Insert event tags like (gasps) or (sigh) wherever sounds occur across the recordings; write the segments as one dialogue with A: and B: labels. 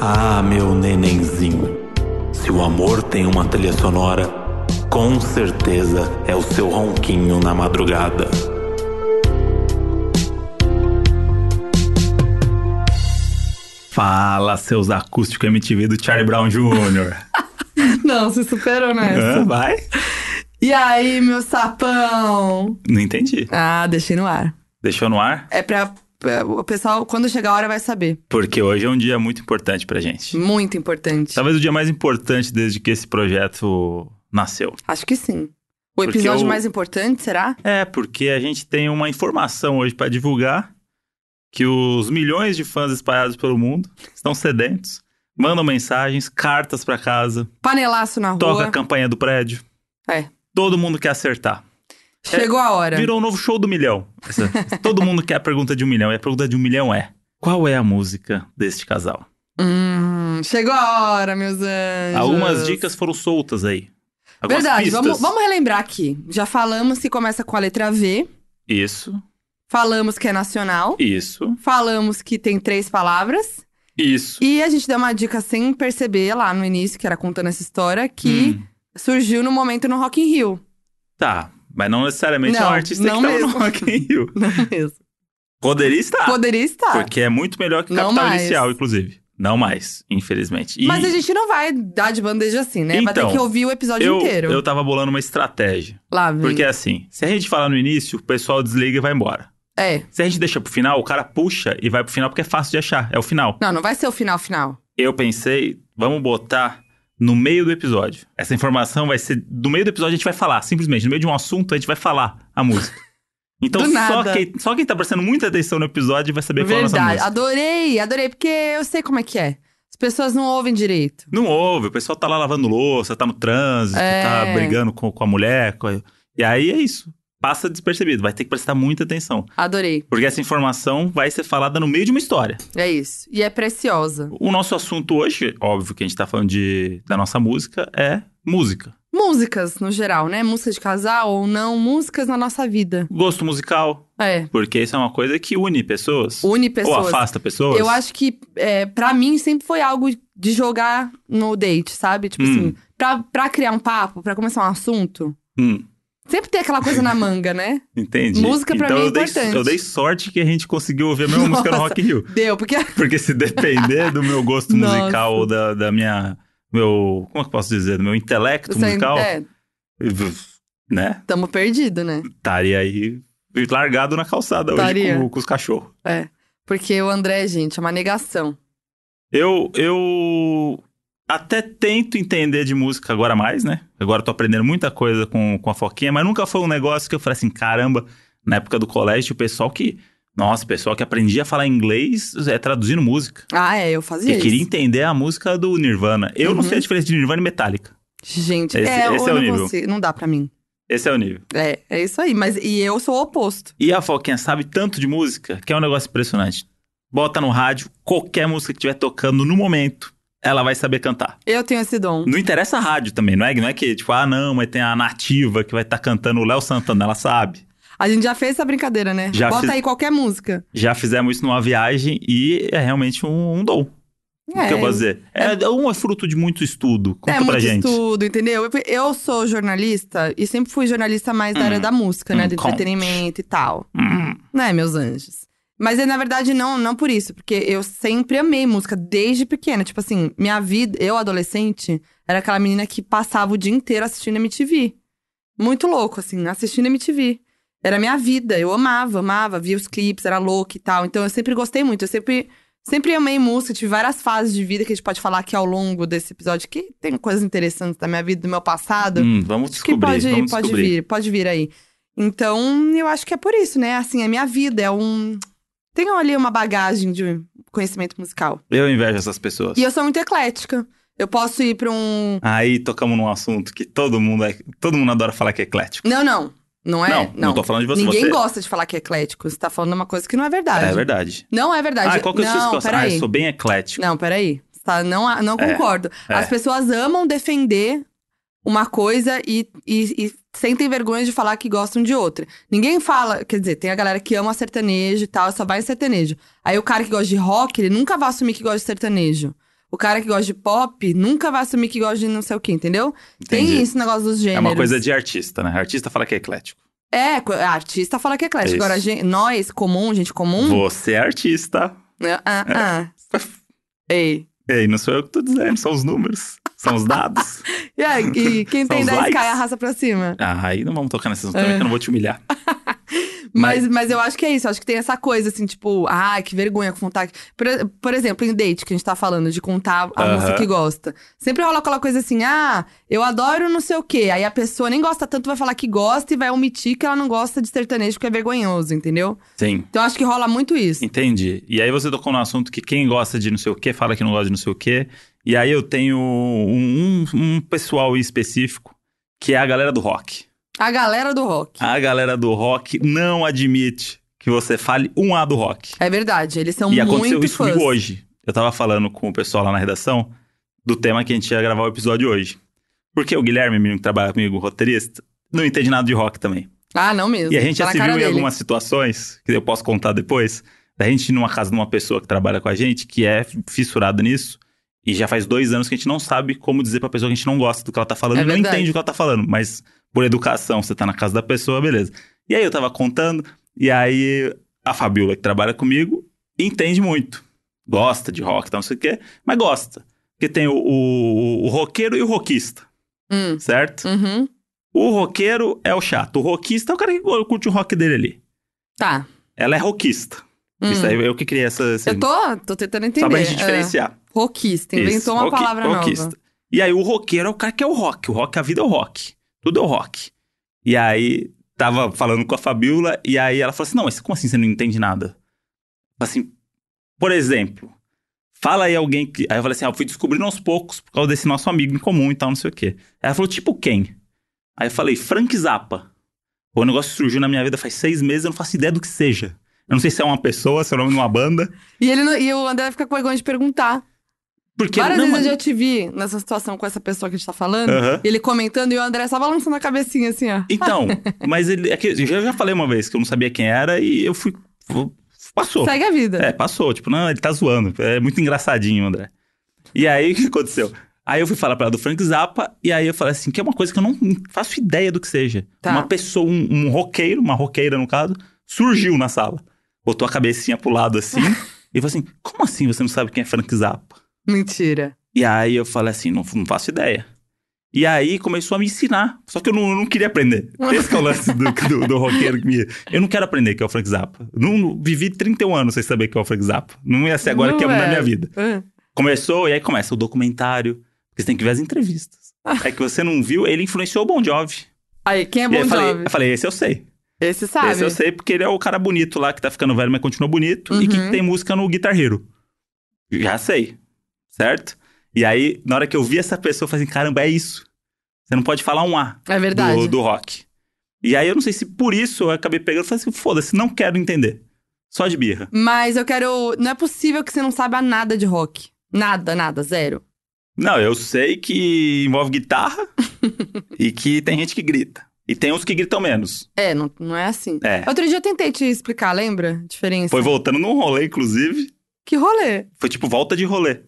A: Ah, meu nenenzinho. Se o amor tem uma trilha sonora, com certeza é o seu ronquinho na madrugada. Fala, seus acústicos MTV do Charlie Brown Jr.
B: Não, se superou nessa.
A: Hã? Vai?
B: E aí, meu sapão?
A: Não entendi.
B: Ah, deixei no ar.
A: Deixou no ar?
B: É pra. é, O pessoal, quando chegar a hora, vai saber.
A: Porque hoje é um dia muito importante pra gente.
B: Muito importante.
A: Talvez o dia mais importante desde que esse projeto nasceu.
B: Acho que sim. O
A: Porque
B: episódio
A: eu-
B: mais importante, será?
A: É, porque a gente tem uma informação hoje pra divulgar que os milhões de fãs espalhados pelo mundo estão sedentos, mandam mensagens, cartas pra casa,
B: Panelaço na rua.
A: toca a campanha do prédio.
B: É.
A: Todo mundo quer acertar.
B: Chegou a hora.
A: Virou um novo show do milhão. Essa- (laughs) Todo mundo quer a pergunta de um milhão. E a pergunta de um milhão é: qual é a música deste casal?
B: Hum, chegou a hora, meus anjos.
A: Algumas dicas foram soltas aí. Algumas
B: É Verdade,
A: pistas.
B: vamos, vamos relembrar aqui. Já falamos que começa com a letra V.
A: Isso,
B: Falamos que é nacional.
A: isso,
B: Falamos que tem três palavras.
A: isso.
B: E a gente deu uma dica sem perceber lá no início, que era contando essa história, que
A: Hum,
B: surgiu no momento no Rock in Rio.
A: tá, mas não necessariamente é um
B: Não,
A: artista
B: não
A: que tava
B: mesmo.
A: no Rock in Rio.
B: Não mesmo.
A: Poderia estar.
B: Poderia estar.
A: Ah, Porque é muito melhor que
B: Não
A: Capital
B: mais.
A: Inicial, inclusive. Não mais, infelizmente. E
B: Mas a gente não vai dar de bandeja assim, né? vai ter
A: Então,
B: que ouvir o episódio
A: eu,
B: inteiro. Hum.
A: eu tava bolando uma estratégia.
B: Lá vem.
A: Porque é assim, se a gente falar no início, o pessoal desliga e vai embora.
B: É.
A: Se a gente deixa pro final, o cara puxa e vai pro final porque é fácil de achar. É o final.
B: Não, não vai ser o final final.
A: Eu pensei, vamos botar no meio do episódio. Essa informação vai ser. No meio do episódio a gente vai falar, simplesmente. No meio de um assunto a gente vai falar a música.
B: (laughs)
A: Então
B: Do
A: só,
B: nada.
A: quem, só quem tá prestando muita atenção no episódio vai saber qual é a nossa
B: Verdade.
A: música.
B: Adorei, adorei, porque eu sei como é que é. As pessoas não ouvem direito.
A: Não houve, o pessoal tá lá lavando louça, tá no trânsito,
B: É.
A: tá brigando com, com a mulher. com a- E aí é isso. Passa despercebido, vai ter que prestar muita atenção.
B: Adorei.
A: Porque essa informação vai ser falada no meio de uma história.
B: É isso. E é preciosa.
A: O nosso assunto hoje, óbvio que a gente tá falando de, da nossa música, é música.
B: Músicas, no geral, né? Música de casal ou não, músicas na nossa vida.
A: Gosto musical,
B: É.
A: porque isso é uma coisa que une pessoas.
B: Une
A: Ou
B: pessoas.
A: afasta pessoas.
B: Eu acho que, é, pra mim, sempre foi algo de jogar no date, sabe? Tipo
A: Hum.
B: assim, pra, pra criar um papo, pra começar um assunto.
A: Hum,
B: Sempre tem aquela coisa na
A: (laughs)
B: manga, né?
A: entendi.
B: Música pra
A: então
B: mim é
A: eu dei,
B: importante.
A: eu dei sorte que a gente conseguiu ouvir a mesma música no
B: Nossa.
A: Rock in Rio.
B: Deu, porque.
A: Porque se depender do meu gosto
B: Nossa.
A: musical ou da, da minha. Meu. Como é que eu posso dizer? Do meu intelecto
B: (laughs) Você-
A: musical,
B: é,
A: né?
B: tamo perdido, né?
A: Estaria aí largado na calçada hoje
B: Estaria.
A: com, com os cachorros.
B: Porque o André, gente, é uma negação.
A: Eu. Eu. Até tento entender de música agora mais, né? Agora eu tô aprendendo muita coisa com, com a Foquinha, mas nunca foi um negócio que eu falei assim, caramba, na época do colégio, o pessoal que. Nossa, o pessoal que aprendia a falar inglês é traduzindo música.
B: Ah, é, eu fazia
A: Eu
B: isso.
A: queria entender a música do Nirvana. Eu não
B: Uhum.
A: sei a diferença de Nirvana e Metallica.
B: Gente,
A: Esse-
B: é,
A: esse
B: eu
A: é o
B: não
A: nível.
B: consigo, não dá pra mim.
A: Esse é o nível.
B: É, é isso aí. Mas e eu sou o oposto.
A: E a Foquinha sabe tanto de música que é um negócio impressionante. Bota no rádio, qualquer música que estiver tocando no momento, ela vai saber cantar.
B: Eu tenho esse dom.
A: Não interessa a rádio também, não é, não é que, tipo, ah, não, mas tem a nativa que vai estar cantando o Léo Santana, ela sabe.
B: A gente já fez essa brincadeira, né?
A: Já
B: Bota
A: fiz-
B: aí qualquer música.
A: Já fizemos isso numa viagem e é realmente um, um dom. O que eu posso dizer? É, um é fruto de muito estudo. Conta
B: é
A: pra
B: muito
A: gente.
B: estudo, entendeu? Eu, eu sou jornalista e sempre fui jornalista mais da
A: Hum.
B: área da música, né?
A: Hum,
B: Do
A: conte.
B: entretenimento e tal.
A: Hum,
B: Né, meus anjos? Mas é, na verdade, não, não por isso, porque eu sempre amei música desde pequena. Tipo assim, minha vida, eu adolescente, era aquela menina que passava o dia inteiro assistindo MTV. Muito louco, assim, assistindo MTV. Era minha vida, eu amava, amava, via os clipes, era louco e tal. Então eu sempre gostei muito, eu sempre, sempre amei música, tive várias fases de vida que a gente pode falar aqui ao longo desse episódio, que tem coisas interessantes da minha vida, do meu passado.
A: hum, vamos
B: Acho que
A: descobrir.
B: pode,
A: vamos
B: pode
A: descobrir.
B: vir, pode vir aí. Então, eu acho que é por isso, né? Assim, é minha vida, é um. Tenho ali uma bagagem de conhecimento musical.
A: Eu invejo essas pessoas.
B: E eu sou muito eclética. Eu posso ir pra um.
A: Aí tocamos num assunto que todo mundo é, todo mundo adora falar que é eclético.
B: Não, não. Não é?
A: não, não, tô falando de você.
B: Ninguém
A: você...
B: gosta de falar que é eclético. Você tá falando uma coisa que não é verdade.
A: É verdade.
B: Não é verdade.
A: Ah, qual que é o seu
B: não,
A: escoço? Ah,
B: peraí.
A: eu sou bem eclético.
B: Não, peraí. Você Tá, não, não
A: É,
B: concordo.
A: é.
B: As pessoas amam defender uma coisa e, e- e sentem vergonha de falar que gostam de outra. Ninguém fala, quer dizer, tem a galera que ama sertanejo e tal, só vai em sertanejo. Aí o cara que gosta de rock, ele nunca vai assumir que gosta de sertanejo. O cara que gosta de pop nunca vai assumir que gosta de não sei o que, entendeu? Tem
A: Entendi.
B: esse negócio dos
A: É
B: gêneros.
A: uma coisa de artista, né? Artista fala que é eclético.
B: É, co- a artista fala que é
A: É
B: eclético.
A: isso.
B: Agora, gen- nós, comum, gente comum.
A: Você é artista.
B: Ah,
A: É.
B: ah, ah. Ei.
A: Ei, não sou eu que tô dizendo, são os números, são os
B: (laughs)
A: dados.
B: E aí,
A: (laughs)
B: e quem
A: São
B: tem
A: os
B: 10
A: likes.
B: cai arrasta pra cima.
A: Ah, aí não vamos tocar nesse assunto também,
B: É.
A: que eu não vou te humilhar.
B: Mas, mas eu acho que é isso. eu acho que tem essa coisa, assim, tipo, ai, que vergonha contar. Por, por exemplo, em date, que a gente tá falando de contar a
A: Aham.
B: música que gosta. Sempre rola aquela coisa assim, ah, eu adoro não sei o quê. Aí a pessoa nem gosta tanto, vai falar que gosta e vai omitir que ela não gosta de sertanejo, porque é vergonhoso, entendeu?
A: Sim,
B: Então eu acho que rola muito isso.
A: entendi. E aí você tocou no assunto que quem gosta de não sei o quê fala que não gosta de não sei o quê. E aí eu tenho um, um- um pessoal em específico, que é a galera do rock.
B: A galera do rock.
A: A galera do rock não admite que você fale um A do rock.
B: É verdade, eles são
A: e aconteceu
B: muito
A: isso
B: fãs.
A: comigo hoje. Eu tava falando com o pessoal lá na redação do tema que a gente ia gravar o episódio hoje. Porque o Guilherme, menino que trabalha comigo, roteirista, não entende nada de rock também.
B: Ah, não mesmo.
A: E a gente
B: tá
A: já
B: na
A: se viu
B: cara
A: em
B: dele.
A: algumas situações, que eu posso contar depois, da gente ir numa casa de uma pessoa que trabalha com a gente, que é fissurado nisso, e já faz dois anos que a gente não sabe como dizer pra pessoa que a gente não gosta do que ela tá falando,
B: É
A: e não
B: verdade.
A: entende o que ela tá falando, mas por educação, você tá na casa da pessoa, beleza. E aí eu tava contando, e aí a Fabiola, que trabalha comigo, entende muito. Gosta de rock, tal, não sei o quê, mas gosta. Porque tem o, o, o roqueiro e o roquista,
B: Hum,
A: certo?
B: uhum.
A: O roqueiro é o chato. O roquista é o cara que curte o rock dele ali.
B: Tá.
A: Ela é rockista.
B: Hum.
A: Isso aí, eu que criei essa. essa-
B: Eu tô, tô tentando entender.
A: só pra gente
B: É.
A: diferenciar.
B: Rockista, inventou
A: Isso,
B: uma
A: roqui-
B: palavra nova.
A: E aí, o roqueiro é o cara que é o rock. O rock, a vida é o rock. Tudo é o rock. E aí, tava falando com a Fabiola, e aí ela falou assim: Não, mas como assim você não entende nada? Assim, por exemplo, fala aí alguém que. Aí eu falei assim: Ah, eu fui descobrindo aos poucos por causa desse nosso amigo em comum e tal, não sei o quê. Ela falou: Tipo quem? Aí eu falei: Frank Zappa. Pô, o negócio surgiu na minha vida faz seis meses, eu não faço ideia do que seja. Eu não sei se é uma pessoa, se é o nome de uma banda.
B: E, ele não- e o André fica com vergonha de perguntar.
A: Porque
B: Várias
A: não,
B: vezes
A: mas-
B: eu já te vi nessa situação com essa pessoa que a gente tá falando,
A: Aham.
B: ele comentando e o André só balançando a cabecinha assim, ó.
A: Então, mas ele. É que eu já, eu já falei uma vez que eu não sabia quem era e eu fui. fu- Passou.
B: Segue a vida.
A: É, passou. Tipo, não, ele tá zoando. É muito engraçadinho, André. E aí, (laughs) o que aconteceu? Aí eu fui falar pra ela do Frank Zappa, e aí eu falei assim, que é uma coisa que eu não faço ideia do que seja.
B: Tá.
A: Uma pessoa, um, um roqueiro, uma roqueira no caso, surgiu na sala. Botou a cabecinha pro lado assim, e falou assim, como assim você não sabe quem é Frank Zappa?
B: Mentira.
A: E aí eu falei assim, não, não faço ideia. E aí começou a me ensinar. Só que eu não, eu não queria
B: (laughs)
A: aprender. Esse que é o lance do, do, do roqueiro que me... Eu não quero aprender que é o Frank Zappa. Não, não- vivi 31 anos sem saber que é o Frank Zappa. Não ia ser agora
B: Não
A: que ia mudar
B: é.
A: minha vida.
B: Ah,
A: Começou, e aí começa o documentário. Porque você tem que ver as entrevistas. É que você não viu, ele influenciou o Bon Jovi.
B: Aí, quem Ah. é
A: e aí
B: Bon
A: eu falei,
B: Jovi?
A: eu falei, esse eu sei.
B: Esse sabe.
A: Esse eu sei porque ele é o cara bonito lá que tá ficando velho, mas continua bonito. E que
B: Uhum.
A: tem música no Guitar Hero. Já sei. Certo? E aí, na hora que eu vi essa pessoa, eu falei assim: caramba, é isso. Você não pode falar um A
B: É verdade.
A: do, do rock. E aí eu não sei se por isso eu acabei pegando e falei assim: foda-se, não quero entender. Só de birra.
B: Mas eu quero. Não é possível que você não saiba nada de rock. Nada, nada, zero.
A: Não, eu sei que envolve guitarra
B: (laughs)
A: e que tem gente que grita. E tem uns que gritam menos.
B: É, não, não é assim.
A: É.
B: Outro dia eu tentei te explicar, lembra? A diferença.
A: Foi voltando num rolê, inclusive.
B: Que rolê.
A: Foi tipo volta de rolê.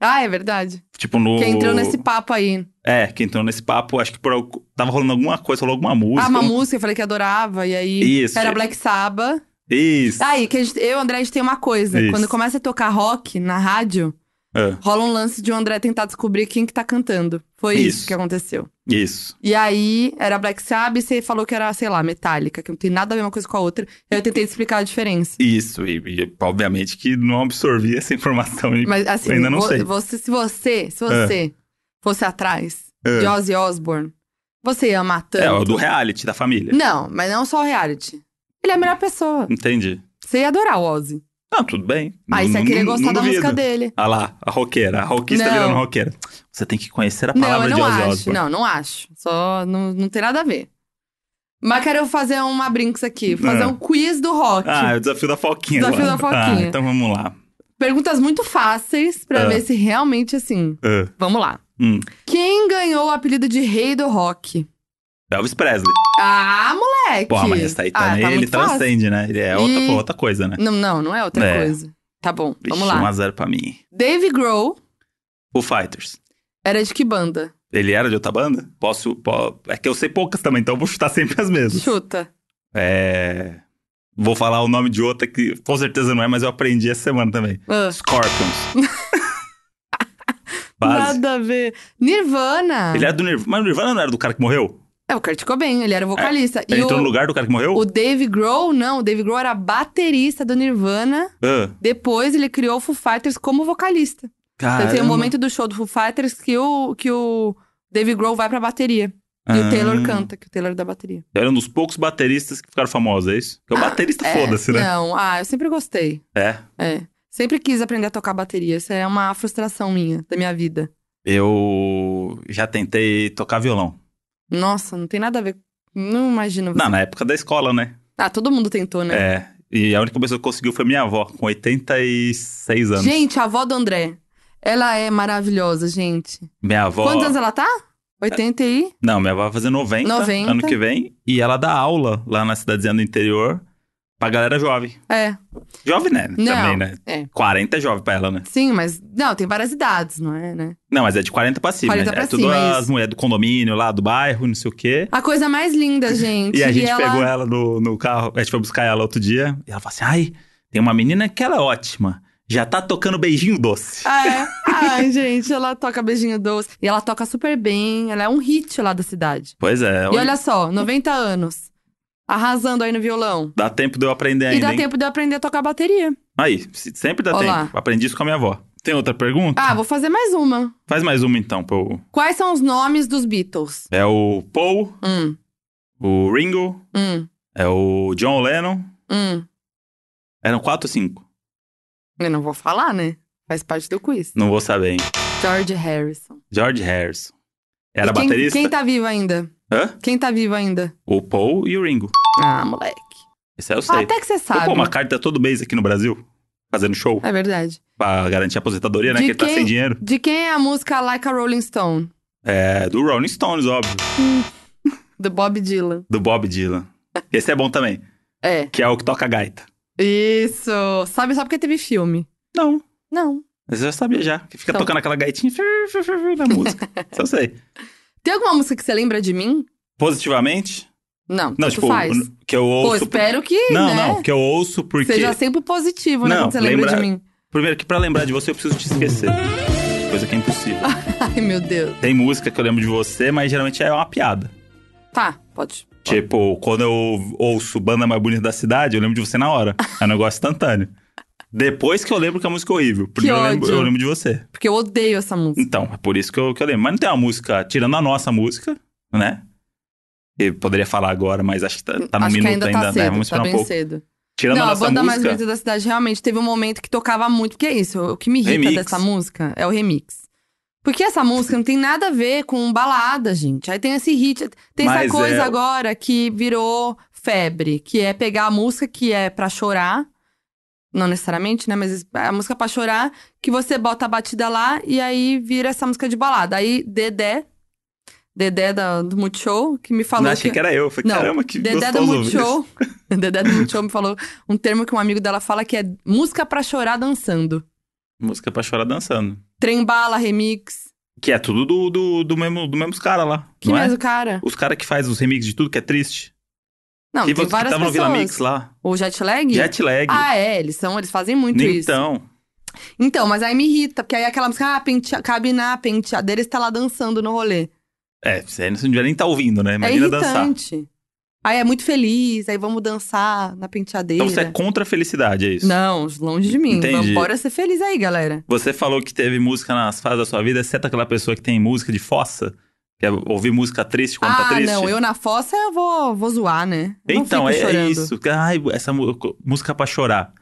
B: Ah, é verdade.
A: Tipo no.
B: Quem entrou nesse papo aí.
A: É, que entrou nesse papo, acho que por, algu- tava rolando alguma coisa, rolou alguma música.
B: ah, uma
A: um-
B: música, eu falei que adorava, e aí.
A: Isso.
B: Era Black Ah. Sabbath.
A: Isso.
B: Aí, que a gente- eu e o André, a gente tem uma coisa.
A: Isso.
B: Quando começa a tocar rock na rádio,
A: Ah,
B: rola um lance de o André tentar descobrir quem que tá cantando. Foi isso,
A: Isso.
B: que aconteceu.
A: isso.
B: E aí, era Black Sabbath, você falou que era, sei lá, Metallica, que não tem nada a ver uma coisa com a outra. Eu tentei te explicar a diferença.
A: Isso. E, e, obviamente que não absorvi essa informação. E-
B: Mas assim,
A: Eu ainda não
B: vo-
A: sei. É.
B: Você, se você, se você fosse atrás de Ozzy Osbourne, você ia matando.
A: é, o do reality, da família.
B: Não, mas não só o reality. Ele é a melhor pessoa.
A: Entendi.
B: Você ia adorar o Ozzy.
A: Não, tudo bem.
B: Aí você ia querer gostar da música dele.
A: Ah lá, a roqueira. A roquista
B: Não.
A: virando roqueira. Você tem que conhecer a
B: Não, eu
A: palavra
B: não
A: de Ozzy
B: acho.
A: Osbourne.
B: Não, não acho. Só não, não tem nada a ver. Mas quero fazer uma brinks aqui, fazer
A: Ah.
B: um quiz do rock.
A: Ah, é o desafio da Foquinha.
B: Desafio
A: agora.
B: da Foquinha.
A: Ah, então vamos lá.
B: Perguntas muito fáceis pra
A: Ah.
B: ver se realmente assim.
A: Ah,
B: Vamos lá.
A: hum.
B: Quem ganhou o apelido de rei do rock?
A: Elvis Presley.
B: Ah, moleque!
A: Pô, mas essa aí também,
B: tá
A: ele
B: muito fácil.
A: transcende, né? Ele é outra,
B: Ih.
A: pô, outra coisa, né?
B: Não, não, não é outra
A: É.
B: coisa. Tá bom,
A: Vixe,
B: vamos lá.
A: 1x0 pra mim.
B: Dave Grohl
A: Foo Fighters.
B: Era de que banda?
A: Ele era de outra banda? Posso. po- É que eu sei poucas também, então eu vou chutar sempre as mesmas.
B: Chuta.
A: É. Vou falar o nome de outra que com certeza não é, mas eu aprendi essa semana também. (laughs)
B: Ah,
A: Scorpions. Quase.
B: nada a ver. Nirvana.
A: Ele era do Nirvana. Mas o Nirvana não era do cara que morreu?
B: É, o Kurt Cobain, ele era o vocalista.
A: Ele
B: e
A: entrou no
B: o,
A: lugar do cara que morreu?
B: o Dave Grohl, não. O Dave Grohl era baterista do Nirvana.
A: Ah,
B: Depois ele criou o Foo Fighters como vocalista. Então, tem um
A: caramba.
B: momento do show do Foo Fighters que o, que o Dave Grohl vai pra bateria. E
A: Ah.
B: o Taylor canta, que o Taylor é da bateria.
A: Era um dos poucos bateristas que ficaram famosos, é isso? Porque o baterista
B: É,
A: foda-se, né?
B: Não, ah, eu sempre gostei.
A: É.
B: É. Sempre quis aprender a tocar bateria. Isso é uma frustração minha, da minha vida.
A: Eu já tentei tocar violão.
B: Nossa, não tem nada a ver. Não imagino.
A: Não, na época da escola, né?
B: Ah, todo mundo tentou, né?
A: É. E a única pessoa que conseguiu foi minha avó, com 86 anos.
B: Gente, a avó do André. Ela é maravilhosa, gente.
A: Minha avó.
B: Quantos anos ela tá? 80 e.
A: Não, minha avó vai fazer 90,
B: 90.
A: ano que vem. E ela dá aula lá na cidadezinha do interior pra galera jovem.
B: É.
A: Jovem, né?
B: Não,
A: Também, né?
B: é.
A: 40 é jovem pra ela, né?
B: Sim, mas. Não, tem várias idades, não é, né?
A: Não, mas é de 40 pra cima.
B: 40
A: né?
B: pra
A: é tudo
B: cima, é
A: as
B: isso.
A: mulheres do condomínio lá, do bairro, não sei o quê.
B: A coisa mais linda,
A: (laughs)
B: gente.
A: E a gente
B: ela...
A: pegou ela no, no carro, a gente foi buscar ela outro dia. E ela falou assim: ai, tem uma menina que ela é ótima. Já tá tocando beijinho doce.
B: Ah, é? Ai, gente, ela toca beijinho doce. E ela toca super bem. Ela é um hit lá da cidade.
A: Pois é,
B: E olha só, 90 anos. Arrasando aí no violão.
A: dá tempo de eu aprender ainda.
B: e dá
A: hein?
B: tempo de eu aprender a tocar bateria.
A: Aí, se- sempre dá
B: Olá.
A: tempo. Aprendi isso com a minha avó. Tem outra pergunta?
B: Ah, vou fazer mais uma.
A: Faz mais uma então, pô.
B: Quais são os nomes dos Beatles?
A: É o Paul,
B: Hum,
A: o Ringo,
B: hum,
A: é o John Lennon.
B: hum.
A: Eram quatro ou cinco?
B: Eu não vou falar, né? Faz parte do quiz.
A: Não vou saber, hein?
B: George Harrison.
A: George Harrison. Era
B: E quem,
A: baterista?
B: Quem tá vivo ainda?
A: Hã?
B: Quem tá vivo ainda?
A: O Paul e o Ringo.
B: Ah, moleque.
A: Esse aí eu sei.
B: Ah, até que você
A: o
B: sabe.
A: Paul McCartney tá todo mês aqui no Brasil, fazendo show.
B: É verdade.
A: Pra garantir a aposentadoria, né?
B: De
A: que ele tá
B: quem?
A: sem dinheiro.
B: De quem é a música Like a Rolling Stone?
A: É, do Rolling Stones, óbvio.
B: Do Bob Dylan.
A: Do Bob Dylan. Esse é bom também,
B: É.
A: que é o que toca a gaita.
B: Isso. Sabe só porque teve filme?
A: Não,
B: Não.
A: mas eu já sabia já. Que fica
B: Então.
A: tocando aquela gaitinha fir, fir, fir, fir, na
B: (laughs)
A: música. Isso eu sei.
B: Tem alguma música que você lembra de mim?
A: Positivamente?
B: Não.
A: Não,
B: tanto
A: tipo,
B: faz.
A: que eu
B: Pô,
A: ouço.
B: espero que,
A: não,
B: né?
A: não, que eu ouço porque.
B: Seja sempre positivo, né?
A: Não,
B: quando você lembra,
A: lembra-
B: de mim. (laughs)
A: Primeiro que pra lembrar de você eu preciso te esquecer. Coisa que é impossível.
B: Ai, meu Deus.
A: Tem música que eu lembro de você, mas geralmente é uma piada.
B: Tá, pode.
A: Tipo, quando eu ouço Banda Mais Bonita da Cidade, eu lembro de você na hora. É um negócio instantâneo. Depois que eu lembro que a música é horrível. Primeiro eu, lembro,
B: ódio.
A: eu lembro de você.
B: Porque eu odeio essa música.
A: Então, é por isso que eu, que eu lembro. Mas não tem uma música, tirando a nossa música, né? Eu poderia falar agora, mas acho que tá, tá no
B: Acho
A: minuto
B: que ainda, tá
A: né?
B: cedo,
A: Vamos
B: tá
A: esperar um
B: bem
A: pouco.
B: cedo.
A: Tirando
B: não,
A: a
B: a
A: nossa
B: banda mais
A: música.
B: bonita da cidade realmente teve um momento que tocava muito. Porque é isso, o que me irrita
A: Remix.
B: dessa música é o remix. Porque essa música não tem nada a ver com balada, gente. Aí tem esse hit, tem
A: Mas
B: essa coisa
A: é-
B: agora que virou febre, que é pegar a música que é pra chorar, não necessariamente, né, mas a música pra chorar que você bota a batida lá e aí vira essa música de balada. Aí Dedé, Dedé da- do Multishow, que me falou
A: não achei que era eu. Falei,
B: Não,
A: caramba, que
B: Dedé do
A: gostoso ouvir isso.
B: Multishow. (laughs) Dedé do Multishow me falou um termo que um amigo dela fala que é música pra chorar dançando.
A: Música pra chorar dançando.
B: Trembala, remix.
A: Que é tudo do, do, do mesmo, do mesmo cara lá.
B: Que
A: não é?
B: mesmo, cara?
A: Os caras que faz os remixes de tudo que é triste.
B: Não,
A: que
B: tem
A: você que
B: várias
A: tava no Vila Mix
B: pessoas.
A: lá.
B: O jet lag?
A: Jet lag.
B: Ah, é, eles são, eles fazem muito isso.
A: então.
B: Então, mas aí me irrita, porque aí aquela música, ah, pentea, cabinar, penteadeira, está tá lá dançando no rolê.
A: É, você não devia nem estar ouvindo, né?
B: é
A: Imagina dançar.
B: irritante. Aí é muito feliz, aí vamos dançar na penteadeira.
A: Então você é contra a felicidade, é isso?
B: né? Não, longe de mim.
A: Entendi.
B: Vamos Bora ser feliz aí, galera.
A: Você falou que teve música nas fases da sua vida, exceto aquela pessoa que tem música de fossa, que é ouvir música triste quando
B: ah,
A: tá triste.
B: não, eu na fossa eu vou, vou zoar, né? Eu
A: Então,
B: não
A: é,
B: fico
A: é
B: chorando.
A: isso. Ai, essa mu- música pra chorar.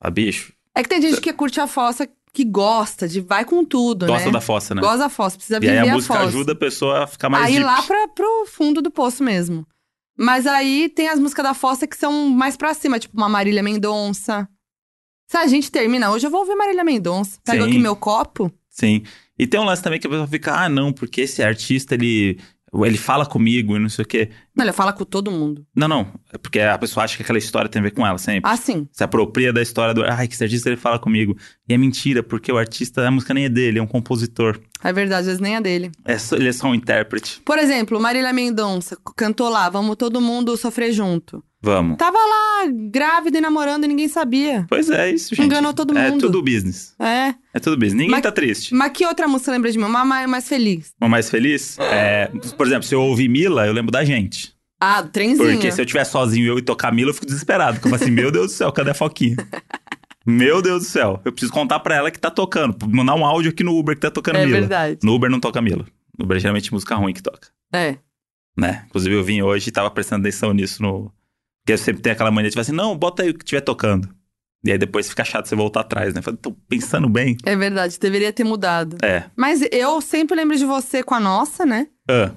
A: Ah, bicho,
B: É que tem gente que curte a fossa que gosta de vai com tudo,
A: gosta
B: né?
A: da fossa, né?
B: Gosta da fossa, precisa
A: e aí
B: viver
A: a
B: Tá a,
A: música
B: fossa.
A: ajuda a pessoa a ficar mais
B: aí
A: deep.
B: lá pra, pro fundo do poço mesmo. Mas aí tem as músicas da fossa que são mais pra cima, tipo uma Marília Mendonça. Se a gente termina hoje, eu vou ouvir Marília Mendonça. Pega
A: Sim.
B: aqui meu copo.
A: Sim. E tem um lance também que a pessoa fica, ah, não, porque esse artista, ele Ele fala comigo e não sei o quê.
B: Não, ele fala com todo mundo.
A: Não, não. É porque a pessoa acha que aquela história tem a ver com ela sempre.
B: Assim.
A: Se apropria da história do. Ai, que esse artista ele fala comigo. E é mentira, porque o artista, a música nem é dele, é um compositor.
B: É verdade, às vezes nem é dele.
A: É só- ele é só um intérprete.
B: Por exemplo, Marília Mendonça c- cantou lá, vamos todo mundo sofrer junto.
A: Vamos.
B: Tava lá, grávida e namorando e ninguém sabia.
A: Pois é, isso, gente.
B: Enganou todo
A: É
B: mundo.
A: tudo business.
B: É.
A: É tudo business. Ninguém
B: Mas-
A: tá triste.
B: Mas que outra música lembra de mim? Uma mais, mais feliz.
A: Uma mais feliz? É, por exemplo, se eu ouvir Mila, eu lembro da gente.
B: Ah, do trenzinho.
A: Porque se eu estiver sozinho e eu e tocar Mila, eu fico desesperado. Porque eu falo assim, meu Deus do céu, cadê a Foquinha? Meu Deus do céu. Eu preciso contar pra ela que tá tocando. Mandar um áudio aqui no Uber que tá tocando
B: É
A: Mila.
B: verdade.
A: No Uber não toca Mila. No Uber é geralmente música ruim que toca,
B: É.
A: né? Inclusive eu vim hoje e tava prestando atenção nisso no... Porque eu sempre tenho aquela mania de falar assim, não, bota aí o que estiver tocando. E aí depois fica chato você voltar atrás, né? Falei, tô pensando bem.
B: É verdade, deveria ter mudado.
A: É.
B: Mas eu sempre lembro de você com a nossa, né?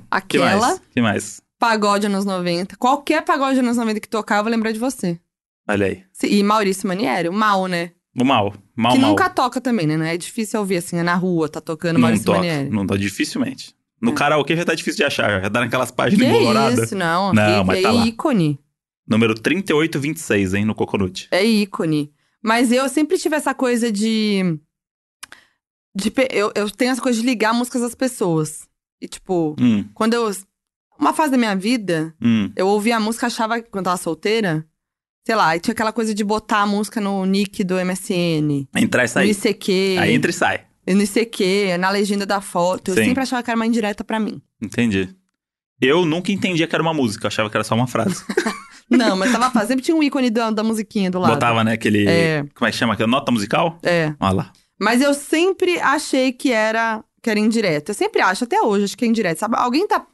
A: Ah, que
B: Aquela,
A: mais? Que mais?
B: pagode anos 90. Qualquer pagode anos 90 que tocar, eu vou lembrar de você.
A: Olha aí.
B: Se- E Maurício Manieri, o mal, né?
A: O mal. Mal,
B: que
A: mal.
B: nunca toca também, né? Não é difícil ouvir assim, é na rua, tá tocando
A: não
B: Maurício
A: toca.
B: Manieri.
A: Não toca, dificilmente. No
B: É.
A: karaokê já tá difícil de achar, já tá naquelas páginas
B: que
A: emboloradas.
B: isso, não.
A: Não,
B: que,
A: mas
B: é
A: tá lá.
B: ícone.
A: Número 3826, hein, no Coconut.
B: É ícone. Mas eu sempre tive essa coisa de. de pe- eu, eu tenho essa coisa de ligar músicas às pessoas. E, tipo,
A: Hum,
B: quando eu. Uma fase da minha vida,
A: hum.
B: eu ouvia a música, achava, quando eu tava solteira, sei lá, e tinha aquela coisa de botar a música no nick do MSN,
A: Entrar e
B: no
A: sair.
B: ICQ,
A: Aí entra e sai.
B: no ICQ, na legenda da foto.
A: Sim.
B: Eu sempre achava que era uma indireta pra mim.
A: Entendi. Eu nunca entendia que era uma música, eu achava que era só uma
B: (laughs)
A: frase.
B: Não, mas tava fazendo, sempre tinha um ícone da, da musiquinha do lado.
A: Botava, né, aquele.
B: É.
A: Como é que chama? Aquela nota musical?
B: É.
A: Olha lá.
B: Mas eu sempre achei que era, que era indireto. Eu sempre acho, até hoje, acho que é indireto. Sabe? Alguém tá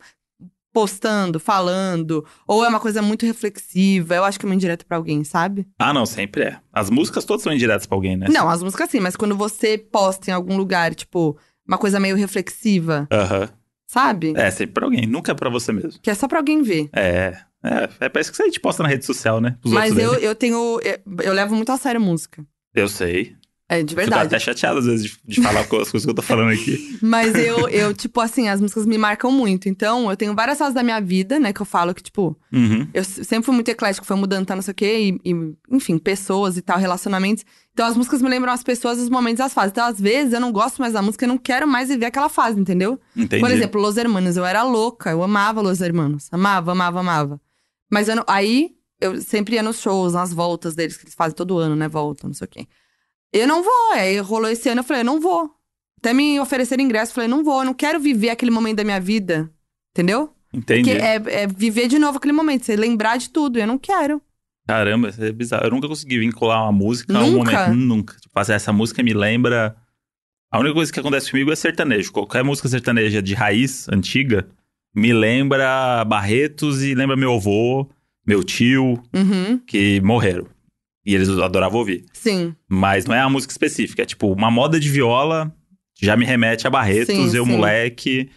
B: postando, falando, ou é uma coisa muito reflexiva. Eu acho que é uma indireta pra alguém, sabe?
A: Ah, não, sempre é. As músicas todas são indiretas pra alguém, né?
B: Não, as músicas sim, mas quando você posta em algum lugar, tipo, uma coisa meio reflexiva,
A: Aham.
B: sabe?
A: É, sempre pra alguém, nunca é pra você mesmo.
B: Que é só pra alguém ver.
A: É. É, é pra isso que a gente posta na rede social, né? Os
B: Mas
A: outros
B: eu,
A: verem.
B: eu tenho. Eu, eu levo muito a sério música.
A: Eu sei.
B: É, de
A: Fico tá até
B: verdade.
A: chateado às vezes de, de falar co- as coisas que eu tô falando aqui.
B: Mas eu, eu, tipo assim, as músicas me marcam muito. Então, eu tenho várias fases da minha vida, né, que eu falo que, tipo,
A: (laughs) Uhum.
B: Eu se- sempre fui muito eclético, foi mudando, tá, não sei o quê, e, e, enfim, pessoas e tal, relacionamentos. Então as músicas me lembram as pessoas, os momentos, as fases. Então às vezes eu não gosto mais da música, eu não quero mais viver aquela fase, entendeu?
A: Entendi.
B: Por exemplo, Los Hermanos, eu era louca, eu amava Los Hermanos, amava, amava, amava. Mas eu não- aí eu sempre ia nos shows, nas voltas deles, que eles fazem todo ano, né, volta, não sei o quê. Eu não vou, aí rolou esse ano, eu falei, eu não vou. Até me ofereceram ingresso, eu falei, não vou, eu não quero viver aquele momento da minha vida, entendeu?
A: Entendi.
B: Porque é, é viver de novo aquele momento, você lembrar de tudo. Eu não quero.
A: Caramba, isso é bizarro. Eu nunca consegui vincular uma música a um
B: Nunca?
A: momento. Nunca. Tipo, assim, essa música me lembra. A única coisa que acontece comigo é sertanejo. Qualquer música sertaneja de raiz antiga me lembra Barretos e lembra meu avô, meu tio,
B: Uhum,
A: que morreram. E eles adoravam ouvir.
B: Sim.
A: Mas não é a música específica. É tipo, uma moda de viola já me remete a Barretos,
B: Sim,
A: eu
B: sim.
A: moleque,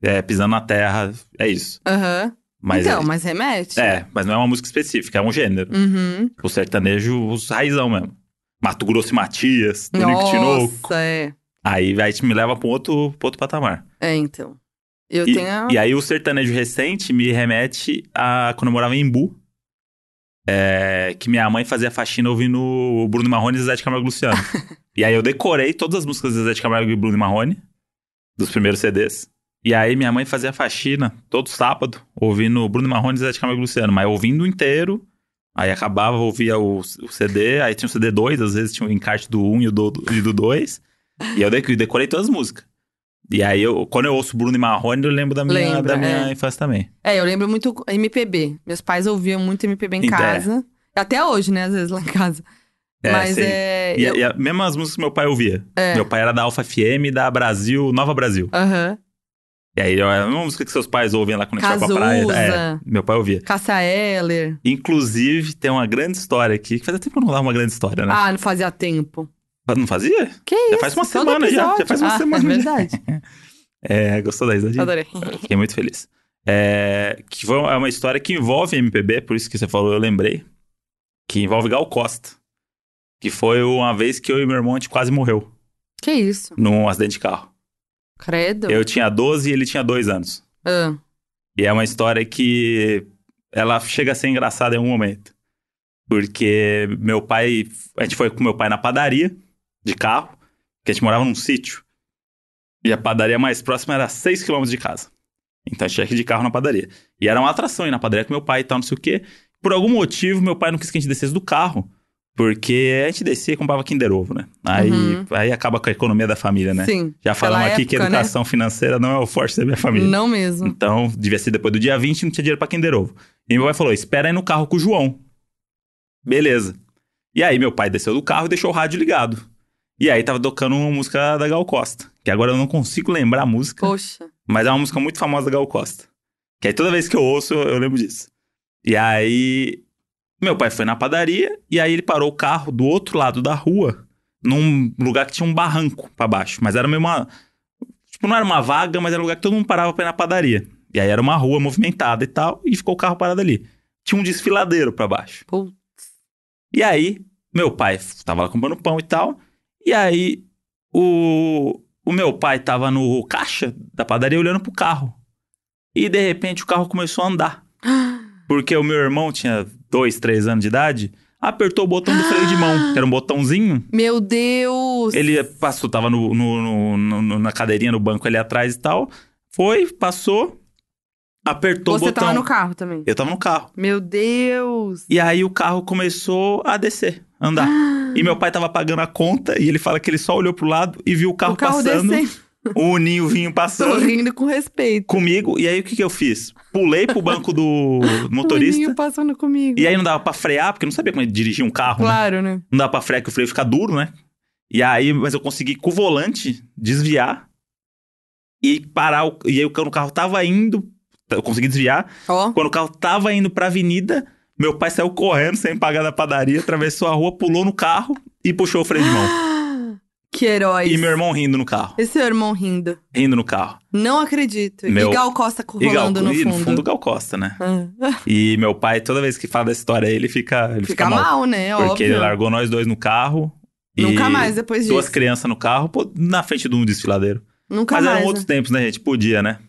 A: é, pisando na terra. É isso.
B: Aham.
A: Mas
B: então,
A: é,
B: mas remete?
A: é, mas não é uma música específica, é um gênero.
B: Uhum.
A: O sertanejo, os raizão mesmo. Mato Grosso e Matias, Tonico e Tinoco.
B: Nossa, é.
A: Aí, aí te me leva pra um outro, pra outro patamar.
B: É, então. Eu
A: e,
B: tenho.
A: e aí o sertanejo recente me remete a quando eu morava em Embu. é, que minha mãe fazia faxina ouvindo o Bruno Marrone e Zé de Camargo e
B: (laughs)
A: Luciano. e aí eu decorei todas as músicas do Zé de Camargo e Bruno Marrone, dos primeiros CDs. E aí minha mãe fazia faxina todo sábado, ouvindo Bruno Marrone e Zé de Camargo e Luciano, mas ouvindo inteiro. Aí acabava, ouvia o, o CD, aí tinha o CD2, às vezes tinha o encarte do 1 e o do- e do 2. e eu dec- decorei todas as músicas. E aí, eu, quando eu ouço Bruno e Marrone, eu lembro da minha,
B: Lembra,
A: da minha
B: é.
A: infância também.
B: É, eu lembro muito MPB. Meus pais ouviam muito MPB em
A: Então, é.
B: casa. Até hoje, né? Às vezes lá em casa.
A: É,
B: mas
A: sim.
B: é.
A: E,
B: eu-
A: a- e a- mesmo as músicas que meu pai ouvia.
B: É.
A: Meu pai era da Alfa FM, da Brasil, Nova Brasil.
B: Aham.
A: E aí, é a mesma música que seus pais ouvem lá quando a gente vai pra praia. É,
B: Cazuza,
A: meu pai ouvia.
B: Cássia Eller.
A: Inclusive, tem uma grande história aqui, que fazia tempo que eu não rolava uma grande história, né?
B: Ah, não fazia tempo.
A: Não fazia?
B: Que isso?
A: Já faz uma
B: todo
A: semana já. Já
B: episódio.
A: faz uma
B: Ah,
A: semana.
B: É
A: já. (laughs)
B: verdade.
A: É, gostou da risadinha?
B: Adorei.
A: Fiquei muito feliz. É, que foi, é uma história que envolve MPB, por isso que você falou, eu lembrei. Que envolve Gal Costa. Que foi uma vez que eu e meu irmão a gente quase morreu
B: Que isso?
A: num acidente de carro.
B: Credo.
A: Eu tinha 12 e ele tinha 2 anos.
B: Ah.
A: E é uma história que ela chega a ser engraçada em um momento. Porque meu pai. A gente foi com meu pai na padaria, de carro, porque a gente morava num sítio. E a padaria mais próxima era 6km de casa. Então a gente tinha que ir de carro na padaria. E era uma atração ir na padaria com meu pai e tal, não sei o quê. Por algum motivo, meu pai não quis que a gente descesse do carro. Porque a gente descia e comprava Kinder Ovo, né? Aí,
B: Uhum.
A: aí acaba com a economia da família, né?
B: Sim.
A: Já falamos
B: Pela
A: aqui que
B: época, né?
A: educação financeira não é o forte da minha família.
B: Não mesmo.
A: Então, devia ser depois do dia 20 e não tinha dinheiro pra Kinder Ovo. E meu pai falou: espera aí no carro com o João. Beleza. E aí, meu pai desceu do carro e deixou o rádio ligado. E aí, tava tocando uma música da Gal Costa. Que agora eu não consigo lembrar a música,
B: Poxa.
A: mas é uma música muito famosa da Gal Costa. Que aí toda vez que eu ouço, eu lembro disso. E aí, meu pai foi na padaria e aí ele parou o carro do outro lado da rua, num lugar que tinha um barranco pra baixo. Mas era meio uma. Tipo, não era uma vaga, mas era um lugar que todo mundo parava pra ir na padaria. E aí era uma rua movimentada e tal, e ficou o carro parado ali. Tinha um desfiladeiro pra baixo.
B: Putz.
A: E aí, meu pai tava lá comprando pão e tal. E aí, o, o meu pai tava no caixa da padaria olhando pro carro. E de repente o carro começou a andar.
B: (gasps)
A: Porque o meu irmão tinha dois, três anos de idade, apertou o botão do freio de mão,
B: (gasps)
A: que era um botãozinho.
B: Meu Deus.
A: Ele passou, tava no, no- no- no- no- na cadeirinha no banco ali atrás e tal. Foi, passou, apertou
B: Você
A: o um botão.
B: tava no carro também.
A: Eu tava no carro.
B: Meu Deus.
A: E aí o carro começou a descer, andar. E meu pai tava pagando a conta e ele fala que ele só olhou pro lado e viu o carro,
B: o carro
A: passando, (laughs)
B: descendo,
A: o ninho vinho passando
B: sorrindo com respeito.
A: comigo. E aí o que que eu fiz? Pulei pro banco do
B: (laughs) O
A: motorista.
B: Ninho passando comigo.
A: E aí não dava pra frear, porque eu não sabia como dirigir um carro, né?
B: Claro, né?
A: Não dava pra frear que o freio fica duro, né? E aí, mas eu consegui com o volante desviar e parar. O, e aí quando o carro tava indo, eu consegui desviar.
B: Ó.
A: Quando o carro tava indo pra avenida, meu pai saiu correndo sem pagar da padaria, atravessou a rua, pulou no carro e puxou o freio de mão.
B: Que herói.
A: E meu irmão rindo no carro.
B: Esse é o irmão rindo.
A: Rindo no carro.
B: Não acredito.
A: Meu-
B: E Gal Costa
A: E Gal,
B: rolando no
A: e
B: fundo.
A: no fundo Gal Costa, né?
B: Ah.
A: E meu pai, toda vez que fala dessa história, ele fica, ele fica,
B: Fica
A: mal.
B: mal, né?
A: Porque
B: Óbvio.
A: ele largou nós dois no carro. e
B: Nunca mais depois disso.
A: Duas crianças no carro, pô, na frente de um desfiladeiro.
B: Nunca
A: Mas
B: mais.
A: eram
B: né?
A: outros tempos, né, gente? Podia, né?